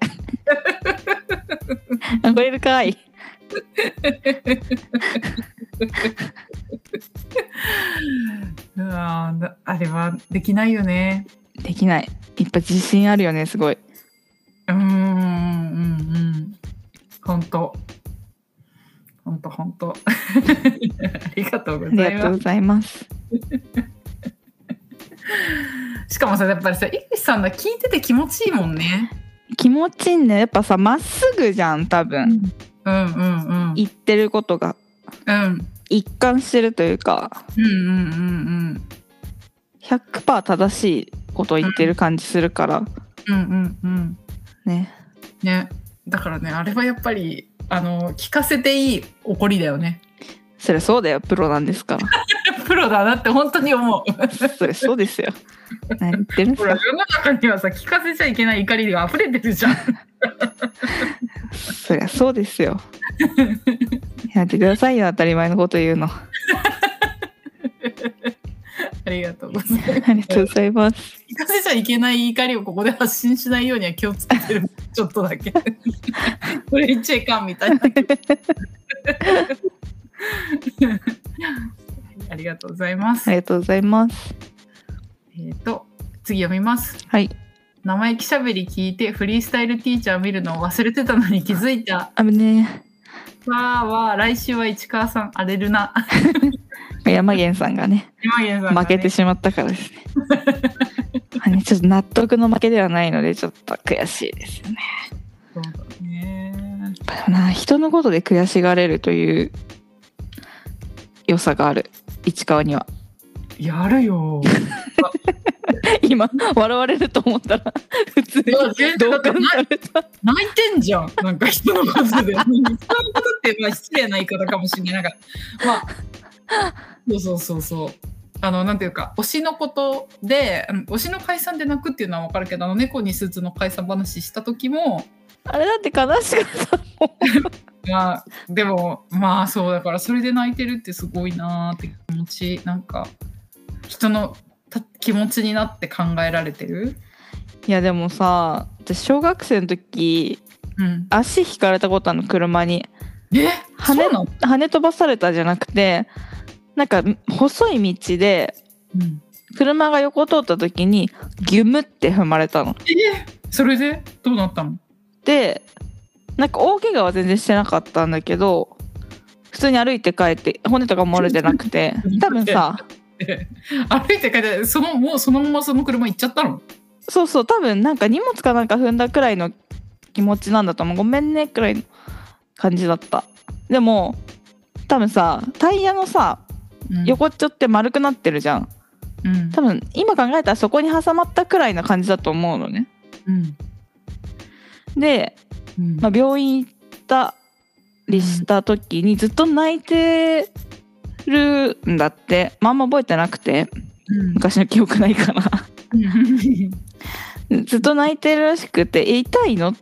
怒れるかい。
うわーだあれはできないよね
できない。やっぱ自信あるよね、すごい。
うーんうんうん本当本当本当 [LAUGHS] ありがとう
あ
ご
り
ざい
がとうご
ま
ざいます。
すしかもさやっぱりさ井口さんだ聞いてて気持ちいいもんね
気持ちいいね。やっぱさ、まっすぐじゃん、多
う
分。
んうんうんうん
言ってることが
うん
一貫してるというか、
うんうんうん
100%正しいことを言ってる感じするから、
うんうんうん
ね。
ねだからねあれはやっぱりあの聞かせていい怒りだよね [LAUGHS]
そりゃそうだよ、プロなんですか
プロだなって本当に思う
ら。そりゃそうですよ。何言ってるんで
ほ
す
ら
か
[LAUGHS] 世の中にはさ聞かせちゃいけない怒りが溢れてるじゃん
そりゃそうですよ。やってくださいよ、当たり前のこと言うの。あ
ありがとうございます
りがとうございます。
聞かせちゃいけない怒りをここで発信しないようには気をつけて
[LAUGHS]
るちょっとだけこれ言っちゃいかんみたいなありがとうございます、
ありがとうございます。
えっ、と次読みます
はい。
生意気しゃべり聞いてフリースタイルティーチャー見るのを忘れてたのに気づいた
あぶね
わーわー来週は市川さん荒れるな
[LAUGHS] え山源さんがね、
山源さんがね、
負けてしまったから
[LAUGHS]
ですね。まあねちょっと納得の負けではないので、ちょっと悔しいですよね。
そうだね
やっぱでもな、人のことで悔しがれるという良さがある。市川には。
やるよ
[LAUGHS] 今、笑われると思ったら、 [LAUGHS] 普通に
いや全然
同感された。 [LAUGHS]
泣いてんじゃん。なんか人のことで。人のことって、まあ失礼な言い方かもしれない。なんか、まあ、そうそうそうそう。あの、なんていうか、推しのことで、あの推しの解散で泣くっていうのはわかるけど、あの、猫にスーツの解散話した時も、
あれだって悲しかった。
まあ、でも、まあそうだから、それで泣いてるってすごいなーって気持ち、なんか、人のた気持ちになって考えられてる。
いやでもさ、私小学生の時、
うん。
足引かれたことあるの、車に。
え
跳ね
そうなの
跳ね飛ばされたじゃなくてなんか細い道で
うん。
車が横通った時にギュムって踏まれたの。
えそれでどうなったの
でなんか大怪我は全然してなかったんだけど普通に歩いて帰って骨とかも折れてなくて多分さ
って歩いて帰ってそのもうそのままその車行っちゃったの
そうそう多分なんか荷物かなんか踏んだくらいの気持ちなんだと思うごめんねくらいの感じだった。でも多分さタイヤのさ横っちょって丸くなってるじゃん。
うん
多分今考えたらそこに挟まったくらいな感じだと思うのね
うん
で、
うん
まあ、病院行ったりした時にずっと泣いてるんだって、まあ、あんま覚えてなくて
うん
昔の記憶ないから [LAUGHS] ずっと泣いてるらしくて「え痛いの?」っ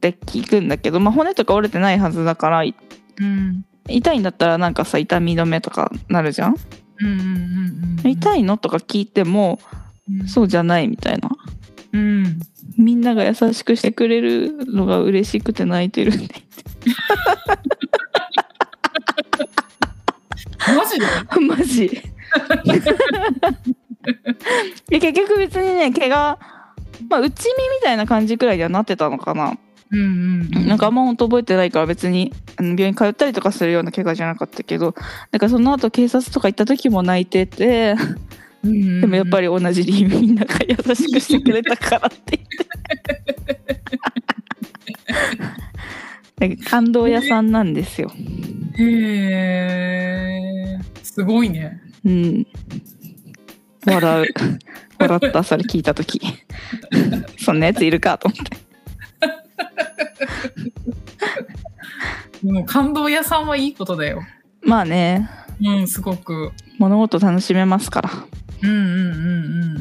て聞くんだけど、まあ、骨とか折れてないはずだからい
うん
痛いんだったらなんかさ痛み止めとかなるじゃん
うんうんうん
痛いのとか聞いても
うん
そうじゃないみたいな
うん
みんなが優しくしてくれるのが嬉しくて泣いてるね
マジで
[LAUGHS] マ
[LAUGHS]
ジいや結局別にね怪我まあ内身みたいな感じくらいにはなってたのかな、
うんうん
なんかあんま本当覚えてないから別にあの病院通ったりとかするような怪我じゃなかったけどなんかその後警察とか行った時も泣いててで
で
もやっぱり同じ理由みんなが優しくしてくれたからって
[LAUGHS]
言ってなんか感動屋さんなんですよ
りへえすごいね
うん。笑う。笑った、それ聞いたとき。 [LAUGHS] そんなやついるかと思って。
でも感動屋さんはいいことだよ
まあね、
うんすごく
物事楽しめますから。
うんうんうんうんうん。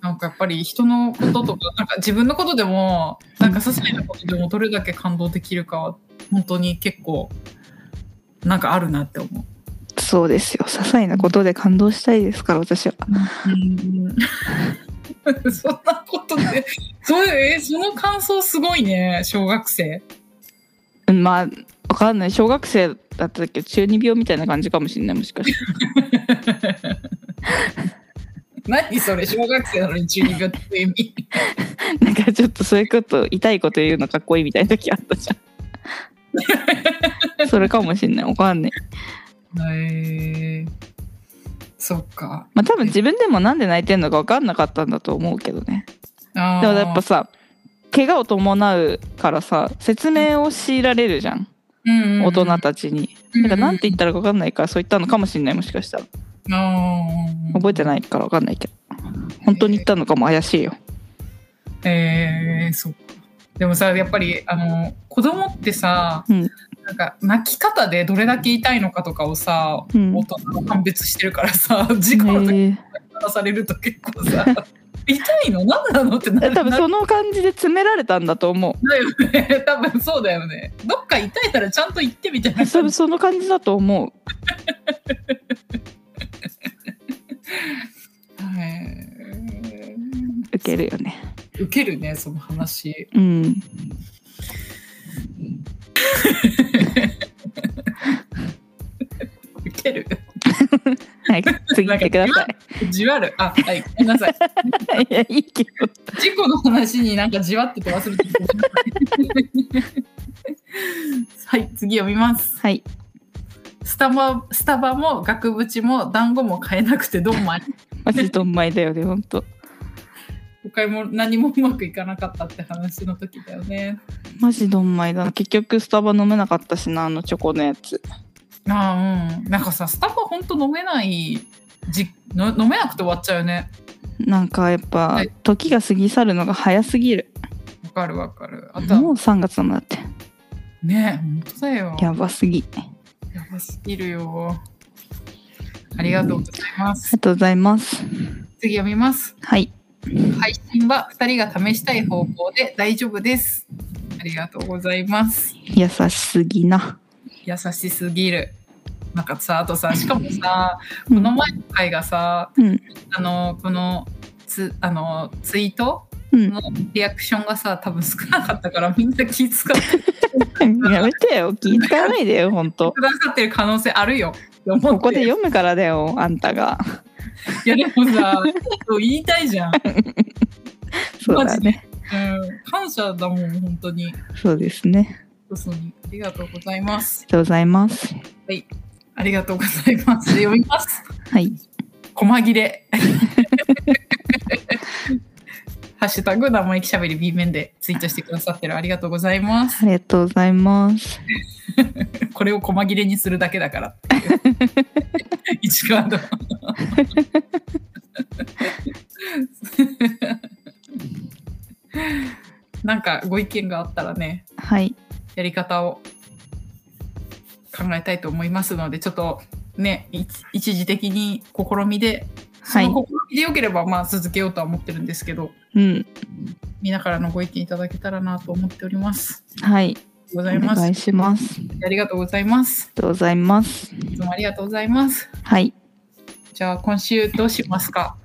なんかやっぱり人のこととか、なんか自分のことでも、なんか些細なことでもどれだけ感動できるかは、本当に結構、なんかあるなって思う。
そうですよ。些細なことで感動したいですから、私は。
うん、 [LAUGHS] そんなことで、そういう、え、その感想すごいね、小学生。
うんまあ、わかんない。小学生だったけど、中二病みたいな感じかもしれない、もしかして。
何それ、小学生なのに中二病って意味。
なんかちょっとそういうこと、痛いこと言うのかっこいいみたいな時あったじゃん。それかもしれない。わかんない。
へえそっか。
まあ多分自分でもなんで泣いてんのかわかんなかったんだと思うけどね。
あ
で
ー
もやっぱさ、怪我を伴うからさ、説明を強いられるじゃん。
うんうんうん
大人たちに。
うん
なんかなんて言ったらかわかんないから、そう言ったのかもしれない、もしかしたら。覚えてないからわかんないけど。本当に言ったのかも怪しいよ。
ええー、そうか。でもさ、やっぱり、あの、子供ってさ、
うん
なんか、泣き方でどれだけ痛いのかとかをさ、
うん
大人は判別してるからさ、 [LAUGHS] 事故の時に
へえ
鳴らされると結構さ、 [LAUGHS] 痛いの何なのってな
え
る
多分その感じで詰められたんだと思
だよね。 [LAUGHS] 多分そうだよね。どっか痛いならちゃんと言ってみた
[LAUGHS]
いな
う。多
感
分
じ。
その感じだと思う。
はい
受けるよね。
受けるね、その話。
うん。
受ける。 [LAUGHS]
はい、次行ってください。
じわる。あ、はい。ごめんなさい。
[LAUGHS] いや、いいけど。
事故の話になんかじわってて忘れてた [LAUGHS] はい次読みます
はい。
スタバスタバも額縁も団子も買えなくてどんまい
マジドンマイだよね、ほんと。
お買い物何もうまくいかなかったって話の時だよね
マジドンマイだな。結局、スタバ飲めなかったしな、あのチョコのやつ。
ああうんなんかさスタバほんと飲めないじの飲めなくて終わっちゃうよね
なんかやっぱ、
はい
時が過ぎ去るのが早すぎる。
わかるわかるあと
もう
は
3月なんだって。
ねほんとだよ
やばすぎ。
やばすぎるよありがとうございま
あり
す
がとうございます。
次読みます
はい。
配信は2人が試したい方向で大丈夫です。ありがとうございます。
優しすぎな。
優しすぎる。なんかさ、あとさ、しかもさ、
う
こ
ん
の前の回がさ、
うん
あの、このつあのツイート
うん。
のリアクションがさ、多分少なかったから、みんな気遣って
やめてよ。気使わないでよ、ほんと。
くださってる可能性あるよ。こ
ここで読むからだよ、あんたが。
いや、でもさ、そう言いたいじゃん。うん、
[LAUGHS] そうだね。
感謝だもん、本当に。
そうですね。
嘘にありがとうございます
あり。がとうございます。
ありがとうございます。読みます。
はい。
細切れ。 [LAUGHS] ハッシュタグ生意気しゃべり B 面でツイートしてくださってるありがとうございます。
ありがとうございます。
これを細切れにするだけだから [LAUGHS] っていう。一カード。 [LAUGHS] なんかご意見があったらね、
はい。
やり方を考えたいと思いますので、ちょっとね、い一時的に試みで、そ
はい
の試みでよければ、まあ続けようとは思ってるんですけど、
うん。
皆からのご意見いただけたらなと思っております。
はい。
ありがとうご
お
ざいます。
願いします。あり
ありがとうございます。
がとうございます。
いつもありがとうございます。
はい。
じゃあ今週どうしますか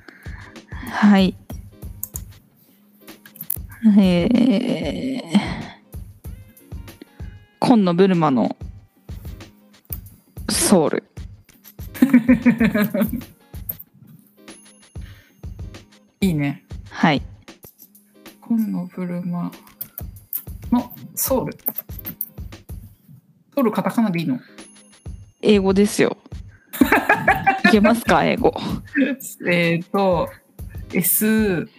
はい。えー、今野ブルマのソウル。
いいね。
はい。
今野ブルマのソウル。ソウルカタカナでいい
[LAUGHS]
の
英語ですよ。いけますか英語。
えっと、S、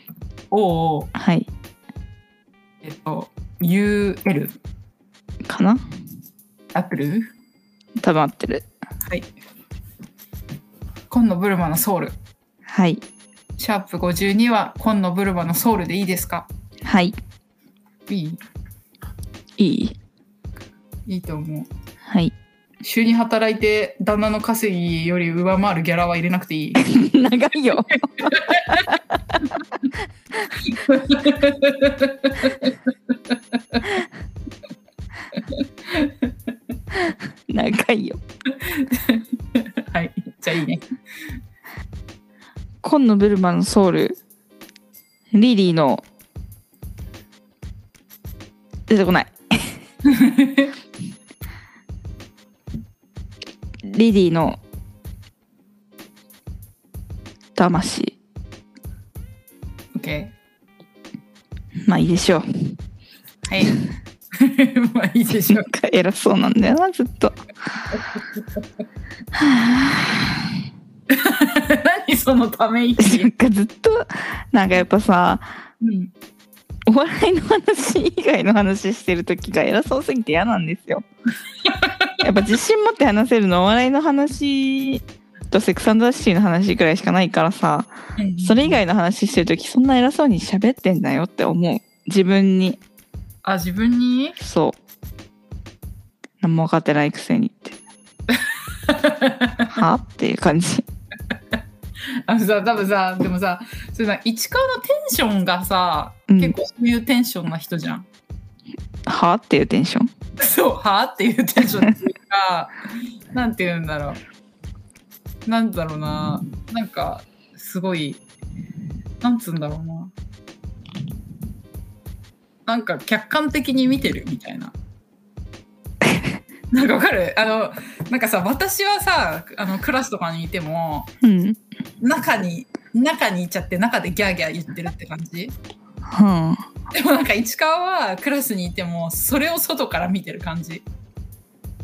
O、
はい。
えっと、UL、
かな
アップル
多分合ってる。
はい。今野ブルマのソウル。
はい。
シャープ52は今野ブルマのソウルでいいですか
はい。
いい
いい
いいと思う。
はい。
週に働いて旦那の稼ぎより上回るギャラは入れなくていい。 [LAUGHS]
[LAUGHS] 長いよ。長いよ。
はい。じゃあいいね。
今野ブルマのソウル。リリーの。出てこない。リリーの。魂。
OK。
まあいいでしょう。 [LAUGHS]
はい。 [LAUGHS] まあいいでしょ
なんか偉そうなんだよな、ずっと。
う。
[LAUGHS]
何そのため
な
息。
んかずっと、なんかやっぱさ、
うん。
お笑いの話以外の話してる時が偉そうすぎて嫌なんですよ。やっぱ自信持って話せるのお笑いの話とセックサンダーシティの話くらいしかないからさそれ以外の話してる時そんな偉そうに喋ってんだよって思う自分に
あ、自分に
そう何も分かってないくせにってはっていう感じ
あのさ、多分さ、でもさ、それな市川のテンションがさ、
うん
結構そういうテンションな人じゃん。
はっていうテンション
そう、はあっていうテンションっていうか、なんて言うんだろう。なんだろうな。なんか、すごい、なんつうんだろうな。なんか、客観的に見てるみたいな。なんかわかるあの、なんかさ、私はさ、あの、クラスとかにいても、
うんうん
中に、中にいちゃって、中でギャーギャー言ってるって感じ
はあ
でもなんか、市川はクラスにいても、それを外から見てる感じ。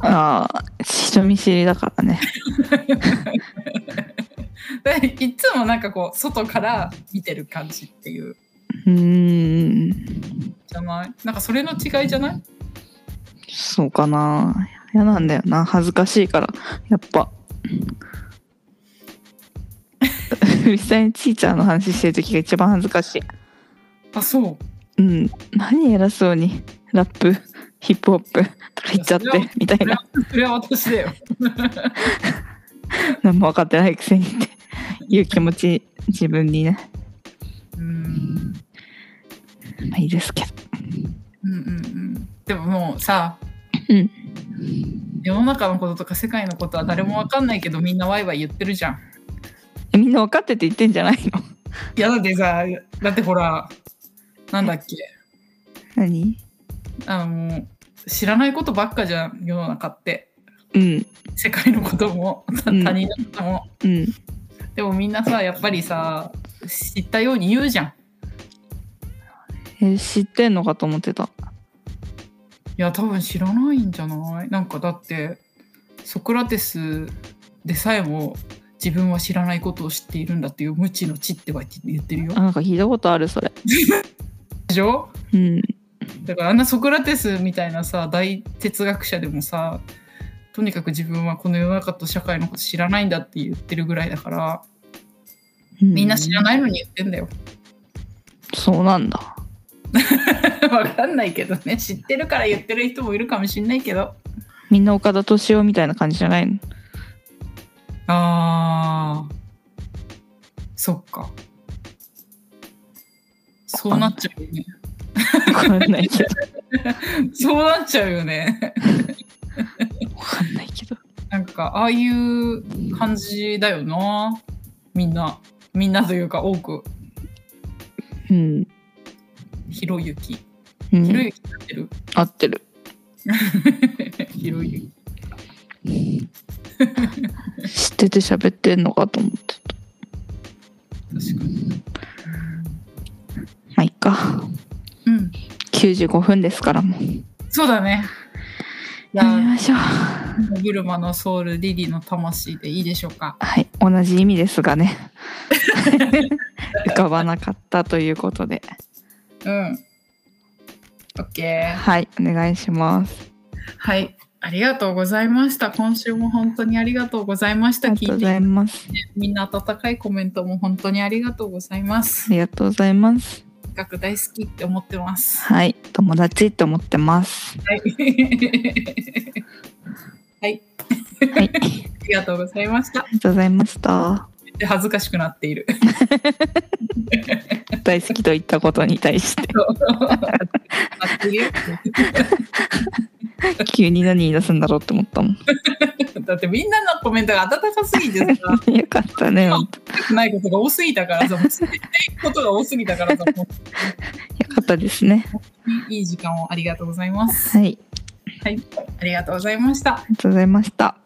あー人見知りだからね
でいつもなんかこう外から見てる感じっていう
うーん
じゃないなんかそれの違いじゃない
そうかな嫌なんだよな恥ずかしいからやっぱ [LAUGHS] 実際にちーちゃんの話してる時が一番恥ずかしい
あそ
う
う
ん何偉そうにラップヒップホップとか言っちゃっ
いやそれ
てみたいな
それは私だよ
何も分かってないくせにっていう気持ち自分にね、
うーん
まあ、いいですけど
うんうんうんでももうさ、
うん
世の中のこととか世界のことは誰もわかんないけどみんなワイワイ言ってるじゃん
えみんな分かってて言ってんじゃないの
いやだってさだってほらなんだっけ
何
あの知らないことばっかじゃん世の中って
うん
世界のことも他
うん
他人のことも、
うん
でもみんなさやっぱりさ知ったように言うじゃん。い
え知ってんのかと思ってた
や多分知らないんじゃないなんかだってソクラテスでさえも自分は知らないことを知っているんだっていう無知の知っては言ってるよ
あ。なんか聞いたことあるそれ
でしょ
うん
だからあんなソクラテスみたいなさ大哲学者でもさとにかく自分はこの世の中と社会のこと知らないんだって言ってるぐらいだからみんな知ら
い
ないのに言ってんだよ。 [LAUGHS]
そうなんだ
わかんないけどね知ってるから言ってる人もいるかもしんないけど。
みんな岡田敏夫みたいな感じじゃ
[LAUGHS]
ないの
あーそっかそうなっちゃうよね [LAUGHS]
わかんないけど。
そうなっちゃうよね [LAUGHS]
わかんないけど。
なんかああいう感じだよなみんなみんなというか多く
うん。
ひろゆき
う
ひろ
ん、
ゆきやってる [LAUGHS]
合ってる。
ひろゆき
知ってて喋ってんのかと思ってた。
確かに
まあ、いっか。
うん
95分ですからもう。
そうだねじ
や
ゃ
め
あ
ましょう。
ブルマのソウルリリーの魂でいいでしょうか
はい。同じ意味ですが
[LAUGHS]
ね。浮かばなかったということで。
うん OK
はい。お願いします。
はい。ありがとうございました。今週も本当にありがとうございまし
あ
た。
りがとう
聞い
ござい
て
ます。
みんな温かいコメントも本当にありがとうございま
あ
す。
りがとうございます。
音楽大好きって思ってます。
はい。友達って思ってます。
はい。
はい、あ
はい。 [LAUGHS]
り
[LAUGHS] ありがとうございました。
がとうございました。
で恥ずかしくなっている。
大好きと言ったことに対して、
あっていう
急に何言い出すんだろうって思ったもん。
[LAUGHS] だってみんなのコメントが温かすぎてさ、
よかったね。ほんと
良くないことが多すぎたからさ、もう知っていくことが多すぎたからさ、も
よかったですね。
ういい時間をありがとうございます。
はい。あり
はい、ありがとうございました。
がとうございました。